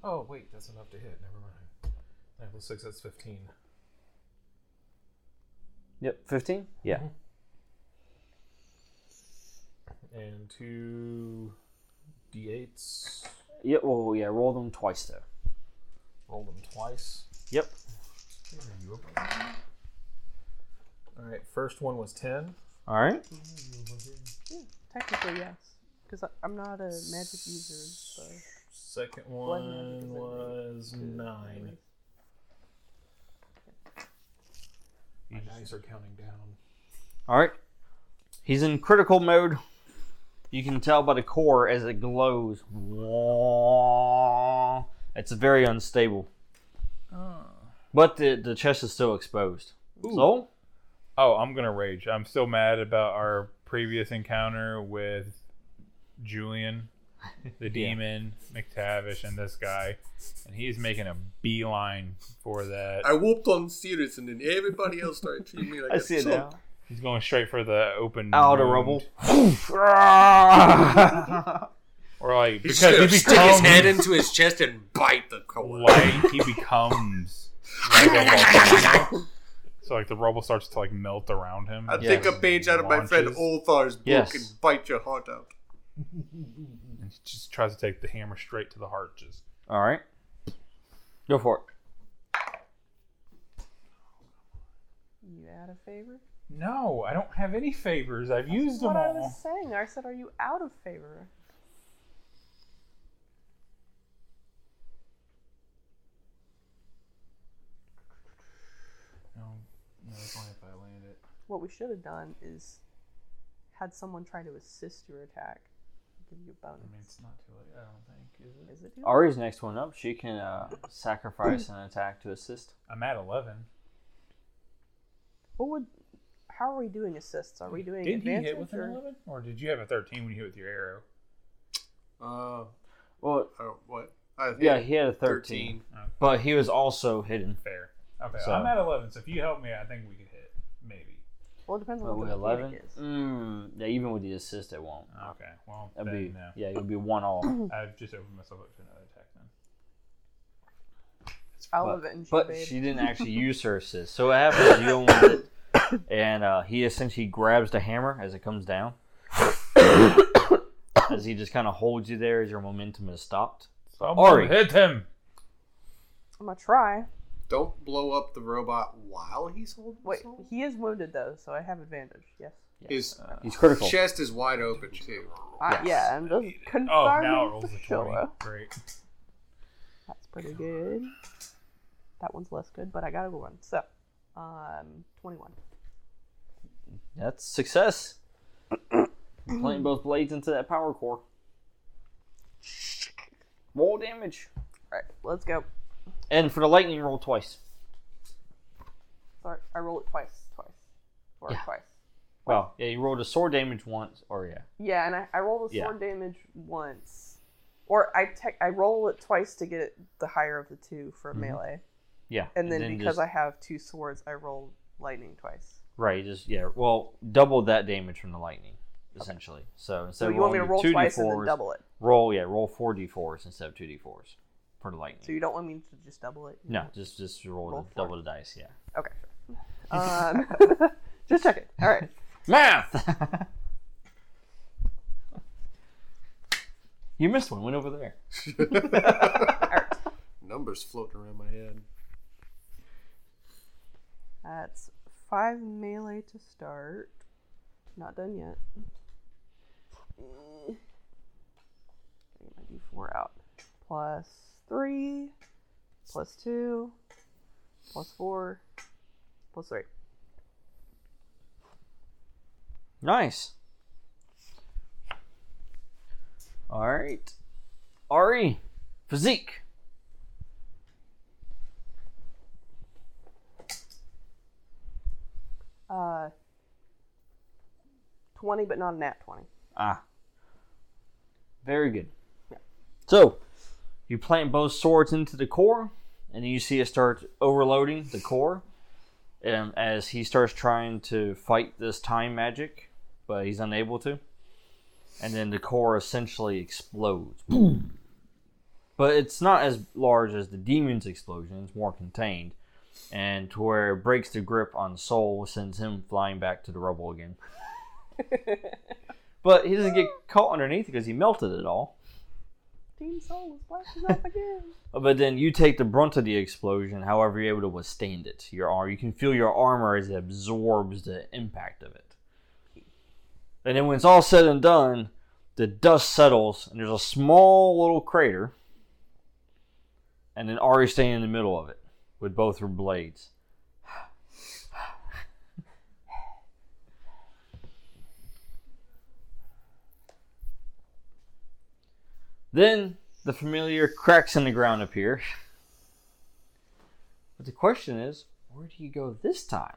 Oh wait, that's enough to hit. Never mind. I have a six. That's fifteen. Yep. Fifteen. Yeah. and two d8s. Yeah. Well, yeah. Roll them twice though. Roll them twice. Yep. All right, first one was ten. All right. Technically, yes, because I'm not a magic user. So Second Blood magic one is a was nine. My dice are counting down. All right. He's in critical mode. You can tell by the core as it glows. It's very unstable. But the, the chest is still exposed. So, oh, I'm gonna rage. I'm still mad about our previous encounter with Julian, the demon, McTavish, and this guy, and he's making a beeline for that. I whooped on Sirius, and then everybody else (laughs) started treating me like I a see it chump. now. He's going straight for the open Out of wound. rubble. All or like He's because gonna he stick his head becomes into his chest and bite the cord. like he becomes. like a volcano. so like the rubble starts to like melt around him. I as take a he page out of my friend launches. Olthar's book (laughs) Yes. and bite your heart out. and just tries to take the hammer straight to the heart. Just right. Go for it. you out of favor? no, I don't have any favors. I've used what them I all. was saying. I said, are you out of favor? No, no, it's only if I land it. What we should have done is had someone try to assist your attack, give you a bonus. I mean, it's not too late. I don't think is it. Is it? Ari's next one up. She can uh, sacrifice an attack to assist. I'm at eleven. What would? How are we doing assists? Are we doing Did you advantage? hit with an or- eleven, or did you have a thirteen when you hit with your arrow? Uh, Well, oh, what? I yeah, he had a 13, but he was also hidden. Fair. Okay, So- I'm at eleven. So if you help me, I think we could hit. Maybe. Well, it depends on But what with the mechanic eleven, is. mm, yeah, even with the assist, it won't. Okay, well, That'd then, be no. yeah, it'll be one (coughs) all. Hmm. I've just opened myself up to another attack then. I'll but, avenge you, but babe. she (laughs) didn't actually use her assist. So what happens? You don't want it, (coughs) and uh, he essentially grabs the hammer as it comes down, as he just kind of holds you there as your momentum is stopped. Someone Ori. hit him! I'm gonna try. Don't blow up the robot while he's holding. Wait, his own? he is wounded though, so I have advantage. Yes. His He's critical. chest is wide open too. I, yeah, and just confirm Oh, now it rolls for a 20. sure. Great. That's pretty good. That one's less good, but I got a good one. So, um, 21. That's (coughs) success. Playing both blades into that power core. Roll damage, All right, let's go. and for the lightning, roll twice. Sorry, I roll it twice, twice, or twice. Well, yeah, you rolled a sword damage once, or yeah, Yeah, and I, I roll the Yeah. sword damage once, or I tech I roll it twice to get it the higher of the two for melee, yeah, and then, because Mm-hmm. just- I have two swords, I roll lightning twice. Right, just yeah. Well, double that damage from the lightning, essentially. So instead So of you want me to rolling roll two twice d4s, and then double it. roll yeah, roll four d4s instead of two d4s for the lightning. So you don't want me to just double it. no, just just roll, Roll the, four. double the dice. Yeah, Okay. sure. (laughs) Um, (laughs) just check it. All right. math. (laughs) you missed one. Went over there. Numbers floating around my head. That's five melee to start. Not done yet. Mm. Getting my d4 out. Plus three, plus two, plus four, plus three. Nice. All right, Ari, physique. Uh, 20, but not a nat 20. Ah. Very good. So, you plant both swords into the core, and you see it start overloading the core. And as he starts trying to fight this time magic, but he's unable to. And then the core essentially explodes. but it's not as large as the demon's explosion, it's more contained. And to where it breaks the grip on Soul, sends him flying back to the rubble again. But he doesn't get caught underneath because he melted it all. Team Soul is (laughs) blasting off again. But then you take the brunt of the explosion, however you're able to withstand it. Your arm, you can feel your armor as it absorbs the impact of it. And then when it's all said and done, the dust settles and there's a small little crater. And then Ari standing in the middle of it with both her blades. Then the familiar cracks in the ground appear. But the question is, where do you go this time?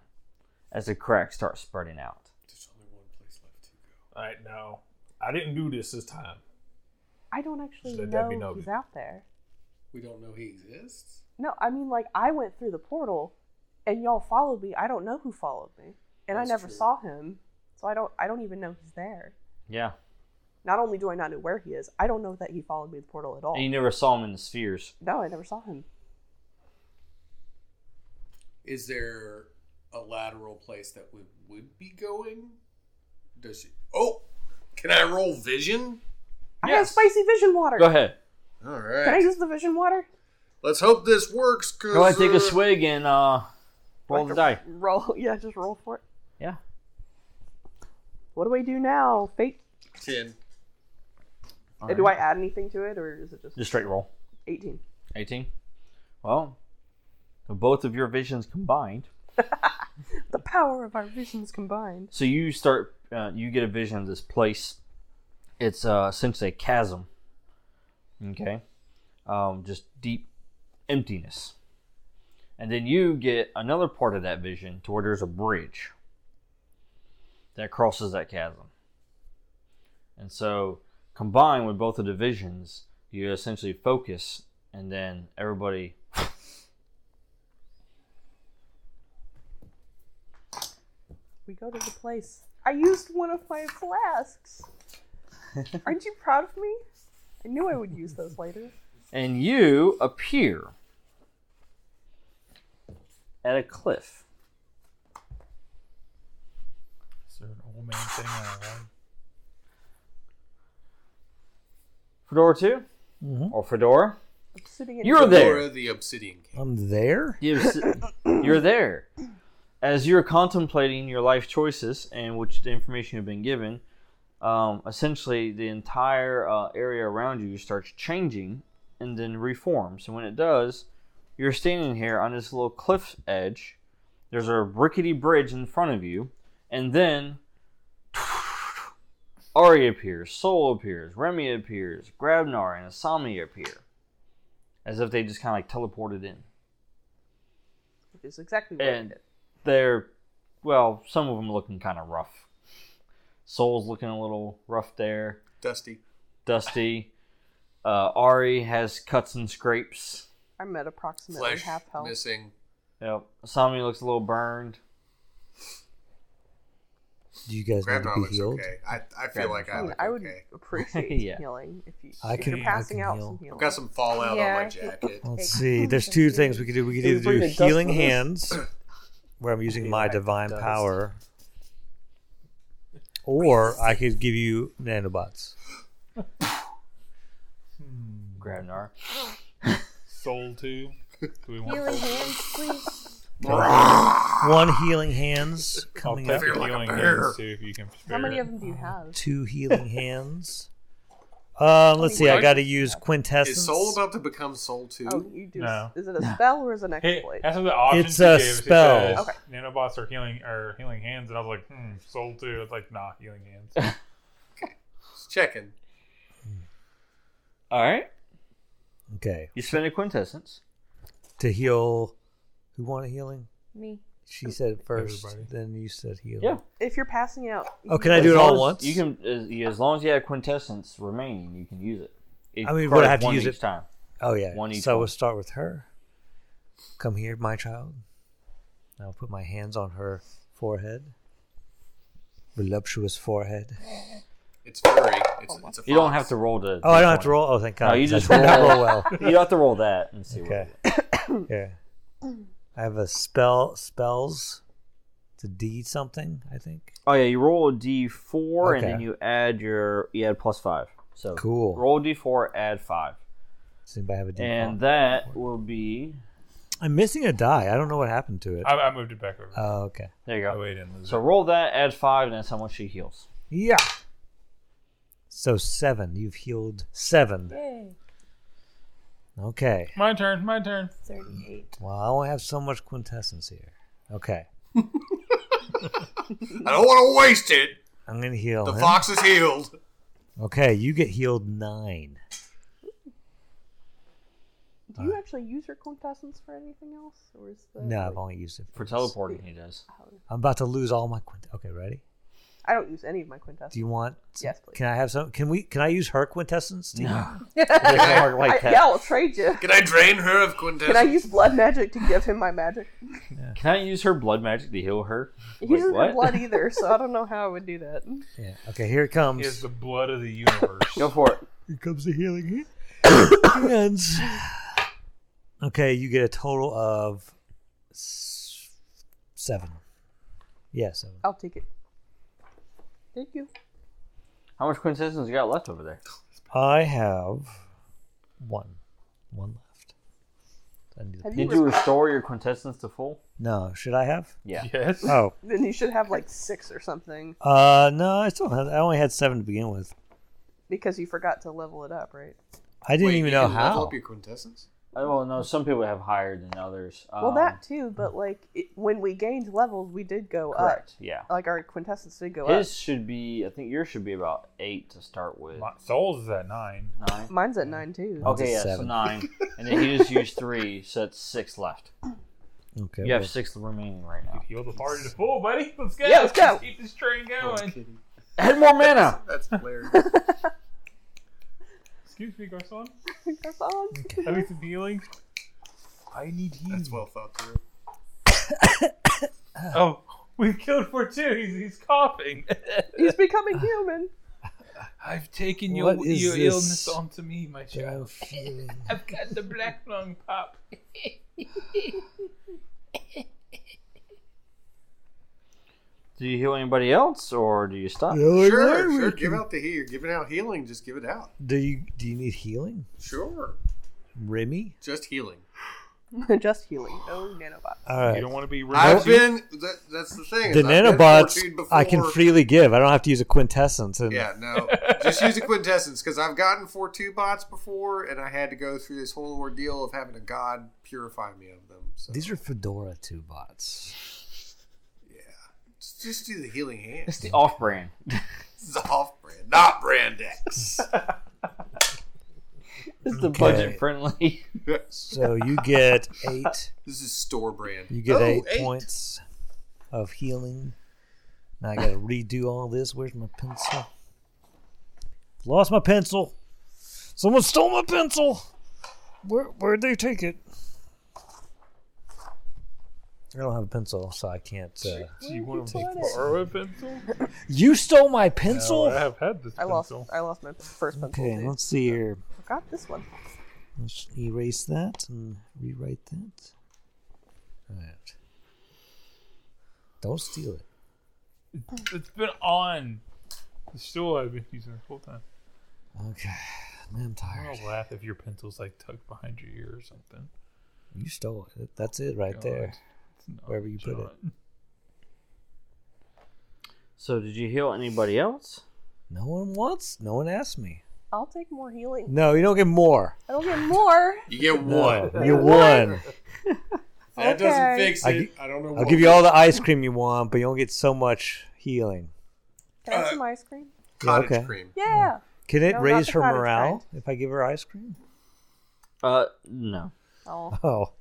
As the cracks start spreading out. Alright, no. I didn't do this this time. I don't actually let that be know noted. he's out there. We don't know he exists. No, I mean like I went through the portal and y'all followed me. I don't know who followed me. And I That's never true. saw him. So I don't I don't even know he's there. Yeah. Not only do I not know where he is, I don't know that he followed me to the portal at all. And you never saw him in the spheres. No, I never saw him. Is there a lateral place that we would be going? Does it? Oh, can I roll vision? I have spicy vision water. Go ahead. All Can I right. use the vision water? Let's hope this works. 'cause, Go ahead, take uh, a swig and uh, roll the die. Roll (laughs) yeah, just roll for it. Yeah. What do I do now? Fate Ten. and do I add anything to it or is it just Just straight roll. eighteen? 18. Well, so both of your visions combined. The power of our visions combined. So you start, uh, you get a vision of this place. It's uh, essentially a chasm. Okay. Um, just deep emptiness. And then you get another part of that vision to where there's a bridge that crosses that chasm. And so, combined with both of the visions, you essentially focus, and then everybody. We go to the place. I used one of my flasks. Aren't you proud of me? I knew I would use those later. and you appear at a cliff. Is there an old man sitting on a log? Fedora 2 or Fedora, I'm sitting in you're Fedora there. the Obsidian King. I'm there. You s- You're there. As you're contemplating your life choices and which the information you've been given, um, essentially the entire uh, area around you starts changing and then reforms. And when it does, you're standing here on this little cliff edge. There's a rickety bridge in front of you, and then (sniffs) Ari appears, Sol appears, Remy appears, Grabnar and Asami appear, as if they just kind of like teleported in Which is exactly what I and did. they're well some of them looking kind of rough soul's looking a little rough there Dusty. dusty uh, ari has cuts and scrapes I'm at approximately Flesh half health. missing. yep Asami looks a little burned Do you guys need to Grandma be looks healed? okay. I, I feel Grabnar. like I, I, mean, look I would okay. appreciate Yeah. healing if you. I if can- You're I passing can out heal. some I've healing. got some fallout Yeah, on my I think- jacket. Let's Hey, see. come There's on, two somebody. things we could do. We could Can either we bring do the dust healing with us? hands, where I'm using my like divine dust. power, or I could give you nanobots. Grabnar. Soul two. Do we want Healing hands, please. One healing hands I'll coming take up. the like a healing bear. hands too if you can spare How many it. of them Mm-hmm. do you have? Two healing hands. Um, let's see. I got to use quintessence. Is Soul about to become Soul too? Oh, you do. No. Is it a spell or is it an Hey, uh, exploit? that's what the options It's she a gave. She spell. says, Okay. Nanobots are healing are healing hands, and I was like, hmm, soul too. It's like, nah, healing (laughs) hands. Just checking. all right okay, you spend a quintessence to heal. Who wanted healing? Me. She said it first. Everybody. Then you said heal. Yeah. If you're passing out, Oh, can I As do it long all as- at once? you can as, as long as you have quintessence remaining you can use it It I mean, would requires I have to one use each it- time Oh yeah. One each so we'll one. start with her. Come here, my child. I'll put my hands on her forehead. Voluptuous forehead. It's furry. Oh, It's, it's a you don't fox. have to roll to Oh, I don't have to roll. roll. Oh, thank God. No, you 'cause I just did not roll. roll well. (laughs) you don't have to roll that and see Okay. what yeah. I have a spell spells to D something. I think. Oh yeah, you roll a D four and Okay. then you add your you add plus five. So Cool. Roll D four, add five, Does anybody have a D? and that will be I'm missing a die. I don't know what happened to it. I, I moved it back over. Oh, okay. there you oh, go. wait, didn't lose So it. roll that, add five, and that's how much she heals. Yeah. So seven. You've healed seven. Yay. Okay. My turn. My turn. 38. Well, I only have so much quintessence here. Okay. I don't want to waste it. I'm gonna heal. The him. fox is healed. Okay, you get healed nine. do you actually use your quintessence for anything else, or is the No, I've only used it For once. teleporting, he does. I'm about to lose all my quint. Okay, ready? I don't use any of my quintessence. Do you want? Yes, please. Can I have some? Can we? Can I use her quintessence? To No, I, it doesn't work like yeah, that. I'll trade you. Can I drain her of (laughs) quintessence? Can I use blood magic to give him my magic? Can I use her blood magic to heal her? He Wait, doesn't what? (laughs) have blood either, so I don't know how I would do that. Yeah. Okay, here it comes. He has the blood of the universe. Go for it. Here comes the healing hands. Okay, you get a total of s- seven. Yeah, seven. I'll take it. Thank you. How much quintessence you got left over there? I have one. One left. I need to- Have you Did you restore your quintessence to full? no, should I have? Yeah. Yes. Oh, Then you should have like six or something uh, no, I still have. I only had seven to begin with. because you forgot to level it up, right? I didn't Wait, even you know can Level how. up your quintessence. Oh, well, no. Some people have higher than others. well, Um, that too, but like it, when we gained levels, we did go Um, correct. Yeah. up. Like our quintessence did go His should be. I think yours should be about eight to start with. (laughs) My, Souls is at nine. Nine. up. Mine's at nine too. Mine's Okay, at yeah, so seven. nine. And then he just used three, so that's six left. Okay. You well, have six remaining right now. Heal the party to full, buddy. Let's go. Yeah, let's go. keep this train going. Add more mana! (laughs) That's hilarious. Excuse me, Garcon. (laughs) That's all. Have you some healing? I need healing. (laughs) That's well thought through. Oh, We've killed Fortu. He's, he's coughing. (laughs) (laughs) He's uh, becoming human. (laughs) I've taken your- What is your this? illness onto me, my Oh, phew. I've got the black lung pop. Do you heal anybody else, or do you Oh, stop? Sure, sure. Give out the heal. You're giving out healing. Just give it out. Do you do you need healing, Sure. Remy? Just healing. Just healing. No nanobots. All right. You don't want to be. I've I've been. That, that's the thing. the is I've been nanobots fortunate before. I can freely give. I don't have to use a quintessence. And (laughs) Yeah, no. Just (laughs) use a quintessence because I've gotten four two bots before, and I had to go through this whole ordeal of having a god purify me of them. So these are Fedora two bots. just, just do the healing hand. It's the off-brand. (laughs) This is off brand, not brand (laughs) X. (laughs) It's the Okay. budget-friendly. (laughs) So you get eight. this is store brand. You get Oh, eight points of healing. Now I gotta redo all this. Where's my pencil? Lost my pencil. Someone stole my pencil. Where where'd they take it? I don't have a pencil, so I can't. Uh... Do you want to borrow a pencil? You stole my No, pencil. I have had this I lost. pencil. I lost my first pencil. okay, too. let's see here. I got this one. Let's erase that and rewrite that. All right. Don't steal it. It's been on. The stool I've been using this whole time. Okay, man, I'm tired. I'll laugh if your pencil's like tucked behind your ear or something. You stole it. That's it right God, there. it's not Wherever you put it. John. So, did you heal anybody else? No one wants. No one asked me. I'll take more healing. No, you don't get more. I don't get more. You get No, one. you won. That doesn't Okay. fix I it. gi- I, don't know. I'll what give you will. all the ice cream you want, but you don't get so much healing. Can I have Uh, some ice cream? cottage okay. cream. Yeah. Can it No, not raise the her cottage morale if I give her ice cream? (laughs) Uh, no. Oh, Oh,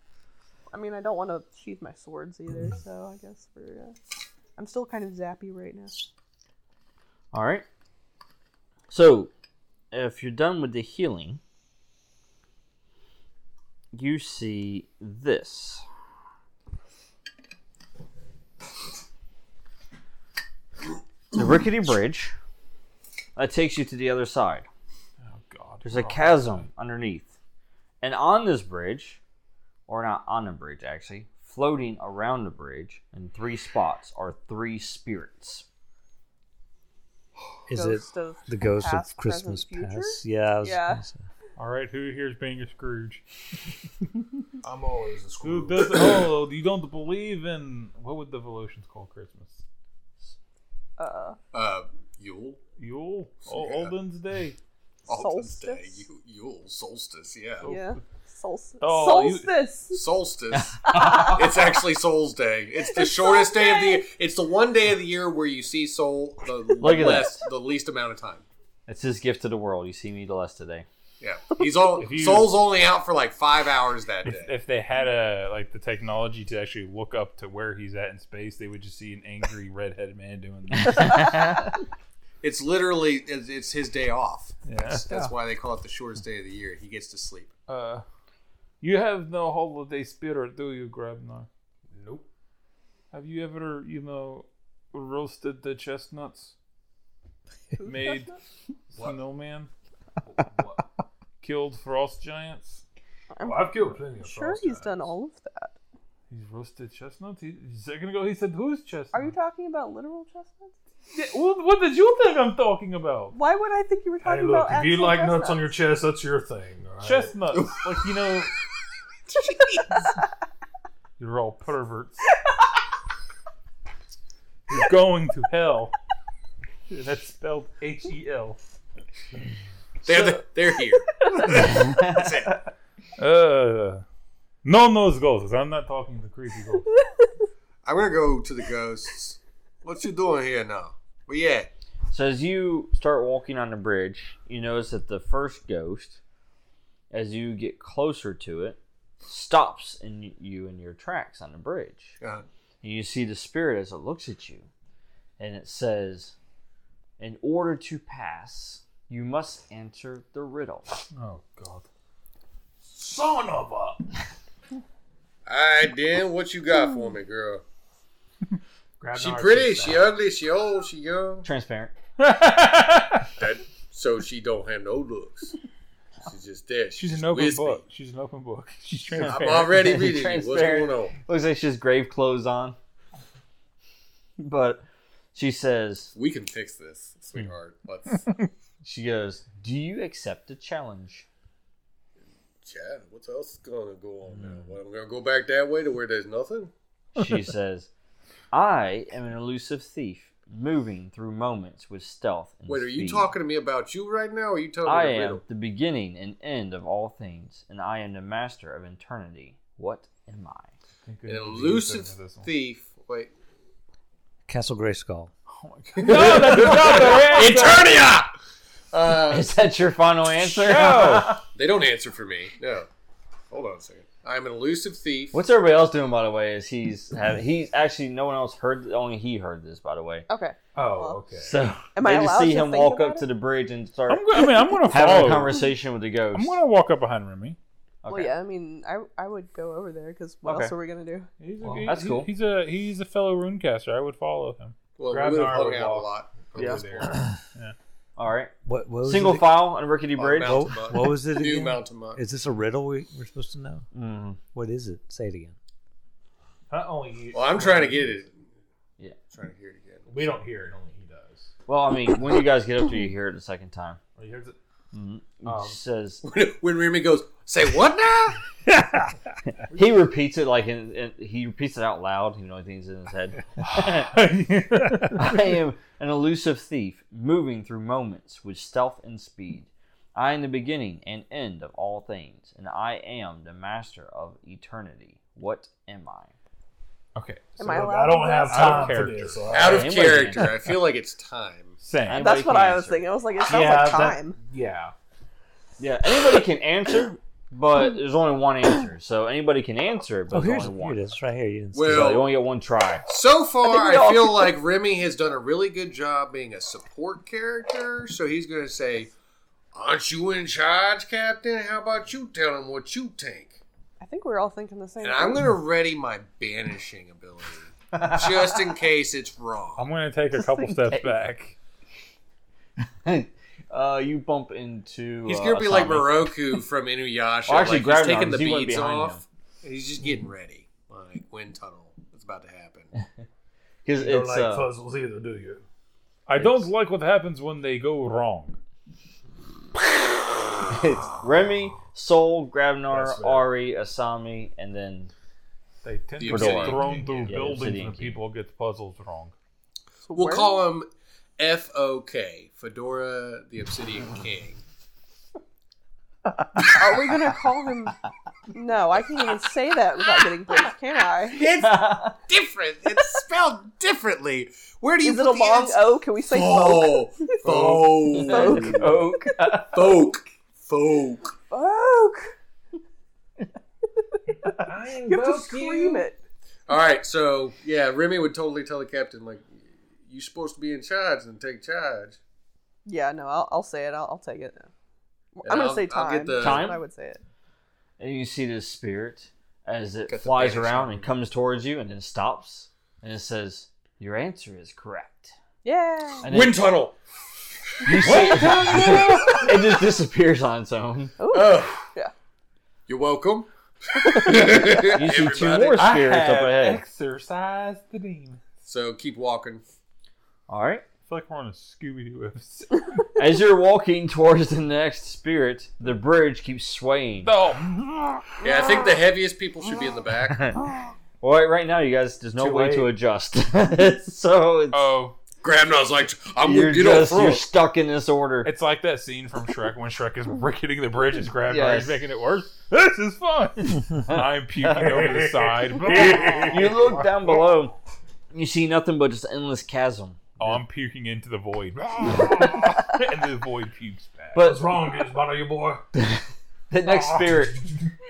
I mean, I don't want to sheath my swords either, so I guess we're. Uh, I'm still kind of zappy right now. All right. So, if you're done with the healing, you see this. The rickety bridge that takes you to the other side. Oh God. There's a chasm underneath. And on this bridge, or not on the bridge actually, floating around the bridge in three spots are three spirits. is Ghost it of the ghost past, of Christmas present, future? past? Yeah. I was Yeah. gonna say. All right, who here's being a Scrooge? I'm always a Who screw. does? Oh, you don't believe in what would the Velocians call Christmas? Uh, Uh, Yule. Yule, o- Yeah. Olden's Day. Alton's Day. Solstice? Yule- Yule. Solstice. Yeah. yeah. Solstice. Oh, you- Solstice. (laughs) Solstice. it's actually Soul's Day. It's the shortest day of the year. It's the one day of the year where you see Soul the Look at less, the least amount of time. It's his gift to the world. You see me the less today. Yeah, he's all If you- Soul's only out for like five hours that If, day. if they had a Uh, like the technology to actually look up to where he's at in space, they would just see an angry redheaded man doing this. It's literally it's, it's his day off. yeah. (laughs) That's why they call it the shortest day of the year. He gets to sleep. Uh, you have no holiday spirit, do you, Grabnar? Nope. Have you ever, you know, roasted the (laughs) chestnuts? Made snowman? What? Killed frost giants? Well, I've killed plenty of Sure, frost he's giants. done all of that. He's roasted chestnuts? He, a second ago he said, who's chestnut? Are you talking about literal chestnuts? Yeah, well, what did you think I'm talking about? Why would I think you were Hey, talking look, about if you actual like chestnuts? nuts on your chest, that's your thing. all right? Chestnuts. (laughs) like, you (laughs) know. You're all perverts. You're going to (laughs) hell. That's spelled H E L. They're the, they're here. Uh, no nose ghosts. I'm not talking the creepy (laughs) ghosts. I'm gonna go to the ghosts. What you doing here now? Well, yeah. So as you start walking on the bridge, you notice that the first ghost, as you get closer to it, stops in you in your tracks on the bridge. Uh, And you see the spirit as it looks at you, and it says, "In order to pass, you must answer the riddle." Oh God. Son of a. all right, Dan. What you got for me, girl? Grab She pretty, she ugly, she old, she young. (laughs) Transparent. That so she don't have no (laughs) looks. She's just there. She's, She's just an open wispy. book. She's an open book. She's I'm transparent. already (laughs) reading you. What's Transparent. going on? Looks like she has grave clothes on. But she says, We can fix this, sweetheart. Hmm. Let's she goes, Do you accept the challenge? chat. What else is gonna go on now? Hmm. What I'm gonna go back that way to where there's nothing? She says, I am an elusive thief, moving through moments with stealth. And Wait, are you speed. talking to me about you right now or are you telling I me the am riddle? the beginning and end of all things, and I am the master of eternity. What am I? An elusive thief. Wait. Castle Grayskull. (laughs) Eternia! Uh, Is that your final answer? They don't answer for me. No. Hold on a second. I'm an elusive (laughs) thief. What's everybody else doing, by the way? Is he's have, he's actually no one else heard only he heard this, by the way. Okay. Oh, okay. So Am they I just allowed see to him think walk about up it? to the bridge and start I'm, go- I mean, I'm gonna follow. having a conversation with the ghost. I'm gonna walk up behind Remy. Well, Oh, yeah. I mean, I I would go over there because what Okay. else are we gonna do? He's a, Well, he- that's he- cool. He's a he's a fellow runecaster. I would follow him. Well, Grab we would an have arm hung and out a walk. lot. Yeah. over there. All right, What, what was single it? file on Oh, Rickety On Bridge. Mount- What, what was it (laughs) New again? Mountain Muck. Is this a riddle we, we're supposed to know? Mhm. What is it? Say it again. Not only you, Well, I'm trying to get it. Yeah. trying to hear it again. we don't hear it. Only he does. Well, I mean, when you guys get up to, you hear it the second time. He hears it. It Um. (laughs) says When, when Remy goes, say what now? he repeats it like in, in, he repeats it out loud. You know, things in his (laughs) head. (laughs) I am an elusive thief, moving through moments with stealth and speed. I am the beginning and end of all things, and I am the master of eternity. What am I? Okay. Am so I allowed? I don't Out have of time for character. this. Oh, Out of Anybody character. can. I feel like it's time. Same. Anybody That's what can I was answer. thinking. I was like, it sounds Yeah, like that- time. Yeah. Yeah, anybody can answer, but there's only one answer. So anybody can answer, but Oh, there's here's only here one. it is, right here. You didn't see So you Well, only get one try. so I far think we I all- feel like Remy has done a really good job being a support character. So he's going to say, "Aren't you in charge, Captain? How about you tell him what you think?" I think we're all thinking the same. And I'm thing. going to ready my banishing ability just in case it's wrong. I'm gonna take a couple steps back. (laughs) uh, you bump into. He's uh, gonna be like Asami. Moroku from Inuyasha. Well, actually, like, Gravenar, he's taking the 'cause he went beads behind off. He's just getting ready. Like wind tunnel. It's about to happen. 'Cause You don't it's, like uh, puzzles either, do you? I don't like what happens when they go wrong. it's Remy, Soul, That's Gravnar, fair. Ari, Asami, and then They tend The to Obsidian get thrown King, through yeah. buildings Obsidian and King. people get the puzzles wrong. So We'll where- call him F O K. Fedora the Obsidian King. Are we gonna call him? No, I can't even say that without getting blinked, can I? It's (laughs) different. It's spelled differently. Where do you Is it put a the long ends? O? Can we say folk? Fo- (laughs) fo- Folk. Oak. folk. Folk. Folk. I You have to scream it. All right, so yeah, Remy would totally tell the captain like, "You're supposed to be in charge and take charge." Yeah, no, I'll, I'll say it. I'll, I'll take it. And I'm gonna I'll- say I'll time. get the- Time? I would say it. and you see this spirit as it Got the flies banishing. around and comes towards you and then stops and it says, Your answer is correct. Yeah. And then tunnel. you (laughs) see (laughs) it just disappears on its own. Oh. Yeah. (laughs) You're welcome. You see two Everybody. more spirits up ahead. exercised the demon. So keep walking. All right. I feel like we're on a Scooby Doo episode. (laughs) As you're walking towards the next spirit, the bridge keeps swaying. Yeah, I think the heaviest people should be in (laughs) the back. All right, right now, you guys, there's no Too way to late. adjust. (laughs) so it's, (laughs) Oh, Grabnar's like, I'm you're gonna get off just you're front. stuck in this order. it's like that scene from Shrek when Shrek is rickety the bridge is grabbing Yes. her, he's making it worse. This is fun. I'm puking over the side. (laughs) you look down below, you see nothing but just endless chasm. oh, I'm puking into the void, (laughs) and the void pukes back. But wrong, this bottle, (laughs) you boy? the next Ah. spirit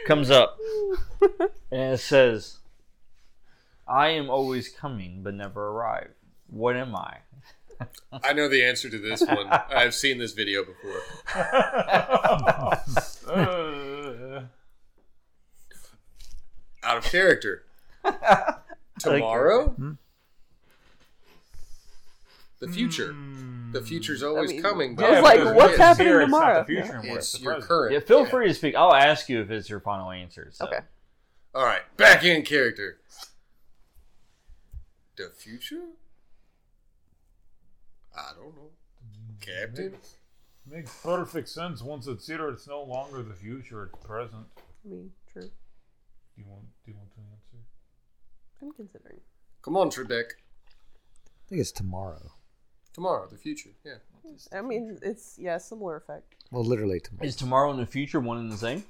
comes up and it says, I am always coming but never arrive. What am I? I know the answer to this (laughs) one. I've seen this video before. Uh, (laughs) Hmm? Out of character. Tomorrow? the future. The future's always Hmm. I mean, coming. I was like, because what's it's it's- happening here, it's not the tomorrow? future anymore, It's the your present. current. Yeah, feel Yeah. free to speak. I'll ask you if it's your final answer. So. Okay. All right, back in character. The future? I don't know. Captain? Makes perfect sense. Once it's here, it's no longer the future; it's present. I mean, true. Do you want? Do you want to answer? I'm considering. Come on, Trebek. I think it's tomorrow. Tomorrow, the future. Yeah. I mean, it's yeah, similar effect. Well, literally tomorrow. Is tomorrow and the future one and the same?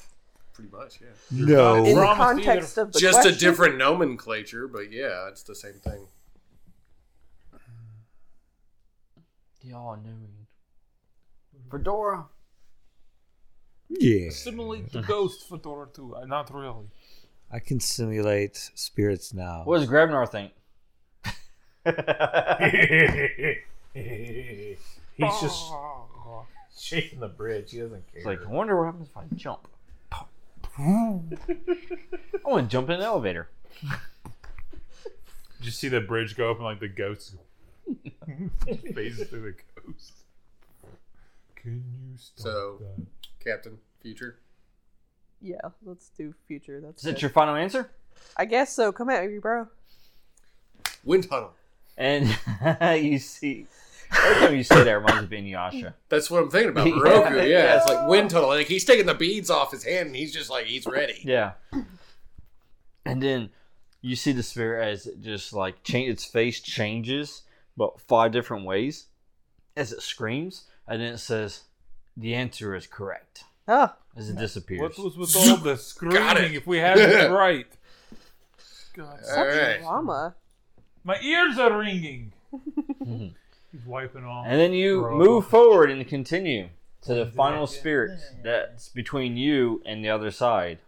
Pretty much, yeah. No. In the promised context of the Just question, a different nomenclature, but yeah, it's the same thing. The all knowing. Fedora. Yeah. Simulate the ghost Fedora too. Uh, Not really. I can simulate spirits now. What does Grabnar think? He's just shaking the bridge. He doesn't care. It's like, I wonder what happens if I jump. I want to jump in an elevator. Just see the bridge go up, and like the (laughs) ghost phases through the ghost. Can you stop Oh, So- that? Captain, future. yeah, let's do future. That's Is that good. your final answer? I guess so. Come at me, bro. Wind tunnel. And (laughs) you see, every time you say that, it reminds me of Inuyasha. That's what I'm thinking about. Yeah. Roku, yeah, Yeah. It's like wind tunnel. Like he's taking the beads off his hand and he's just like he's ready. Yeah. And then you see the spirit as it just like change its face changes about five different ways as it screams, and then it says, "The answer is correct." Ah, As it disappears. What was with all the it. screaming? If we had (laughs) it right, God, All right. drama. my ears are ringing. He's wiping off. And then you Bro. move forward and continue to the final spirit that's between you and the other side.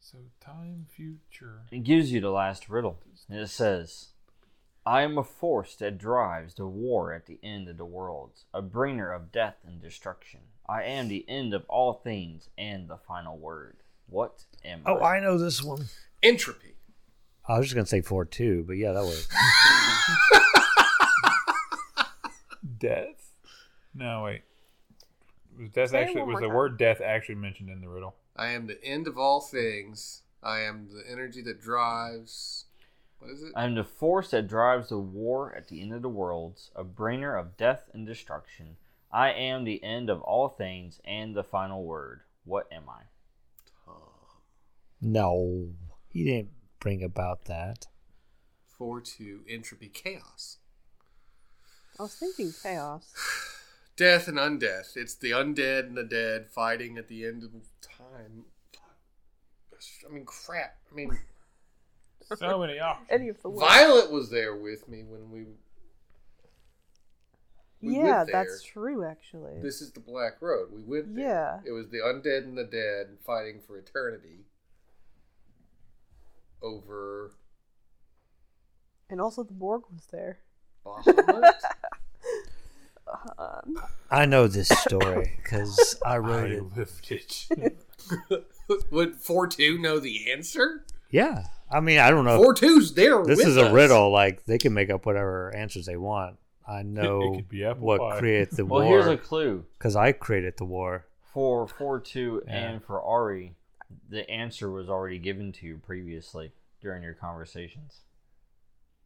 So time future. It gives you the last riddle. And it says, I am a force that drives the war at the end of the world, a bringer of death and destruction. I am the end of all things and the final word. What am Oh, I know this one. Entropy. I was just gonna say four two, but yeah, that (laughs) works. Death? No, wait. Was death Say it actually one was more the time. word death actually mentioned in the riddle? I am the end of all things. I am the energy that drives. What is it? I am the force that drives the war at the end of the worlds, a bringer of death and destruction. I am the end of all things and the final word. What am I? No, he didn't bring about that. Four two entropy chaos. I was thinking chaos. Death and undeath. It's the undead and the dead fighting at the end of time. I mean, crap. I mean, So many options. Any of the words. Violet was there with me when we. we went yeah, there. that's true. Actually, This is the Black Road. We went there. Yeah. It was the undead and the dead fighting for eternity over and also the Borg was there. (laughs) Bahamut. Um, I know this (laughs) story because I wrote it. lifted. Would 4 2 know the answer? Yeah, I mean, I don't know. 4 2's there. This with is a us. riddle. Like they can make up whatever answers they want. I know could be apple what pie. created the Well, here's a war clue. because I created the war. for four two and for Ari, the answer was already given to you previously during your conversations.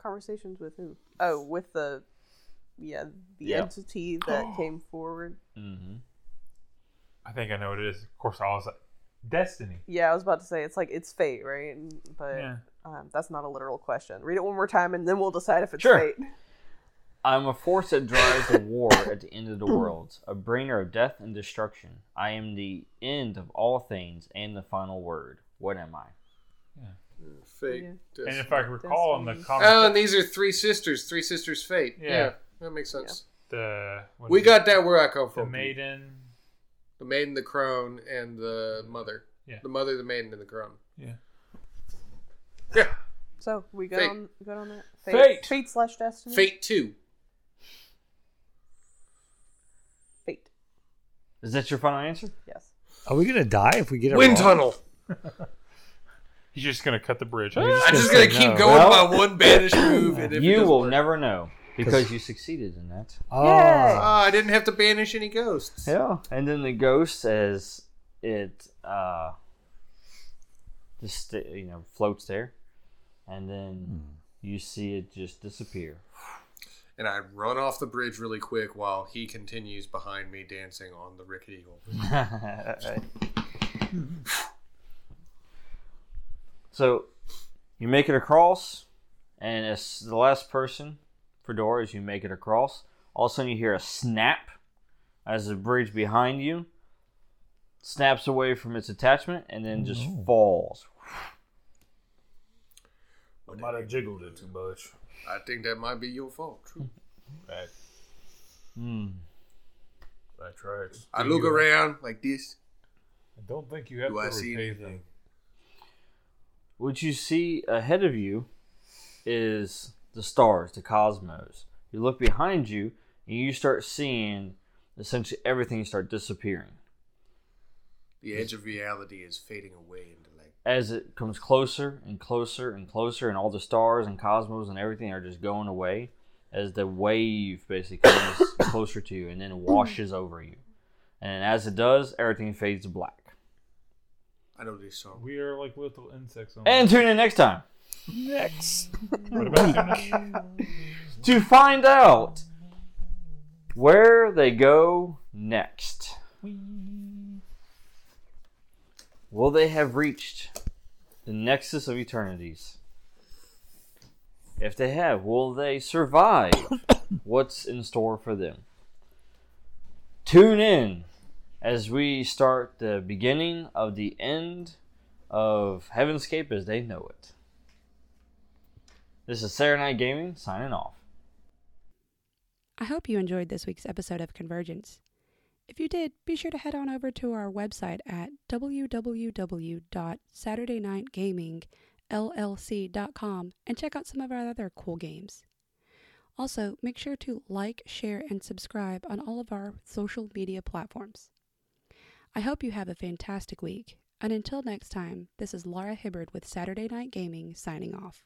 conversations with who? Oh, with the yeah the Yeah. entity (gasps) that came forward. Mm-hmm. I think I know what it is. Of course, I was like, destiny. Yeah, I was about to say it's like it's fate, right? And- But Yeah. um, that's not a literal question. Read it one more time, and then we'll decide if it's Sure. fate. I'm a force that drives the war at the end of the world, a bringer of death and destruction. I am the end of all things and the final word. What am I? Fate. Yeah. Dis- And if I recall in the Destiny. comic, oh, and these are three sisters. Three sisters' fate. Yeah. Yeah. that makes sense. the what We is got that where I come it? the from. maiden. The maiden, the crone, and the mother. Yeah. The mother, the maiden, and the crone. Yeah. Yeah. So we good Fate. on good on that Fate. fate slash destiny Fate 2. fate. Is that your final answer? Yes. Are we gonna die if we get it Wind wrong? tunnel. He's just gonna cut the bridge. I'm just gonna keep going Well- by one banish move, and if it You doesn't will work- never know because you succeeded in that. Ah, Ah, I didn't have to banish any ghosts. Yeah, and then the ghost says it uh, just sta- you know floats there, and then you see it just disappear. (laughs) And I run off the bridge really quick while he continues behind me dancing on the rickety old bridge. so you make it across, and as the last person, Fedora, as you make it across, all of a sudden you hear a snap as the bridge behind you snaps away from its attachment and then just falls. I might have jiggled it too much. I think that might be your fault. True. That, Hmm. that tracks. I look around like this. I don't think you have Do to I see repay anything? them. What you see ahead of you is the stars, the cosmos. You look behind you and you start seeing essentially everything start disappearing. The edge of reality is fading away into like As it comes closer and closer and closer, and all the stars and cosmos and everything are just going away as the wave basically comes closer to you and then washes over you. And as it does, everything fades to black. I know this song. We are like little insects. On And tune in next time. next. what about you? to find out where they go next. Will they have reached the nexus of eternities? If they have, will they survive what's in store for them? Tune in as we start the beginning of the end of Heavenscape as they know it. This is Saturday Night Gaming signing off. I hope you enjoyed this week's episode of Convergence. If you did, be sure to head on over to our website at www.saturdaynightgamingllc.com and check out some of our other cool games. Also, make sure to like, share, and subscribe on all of our social media platforms. I hope you have a fantastic week, and until next time, this is Laura Hibbard with Saturday Night Gaming signing off.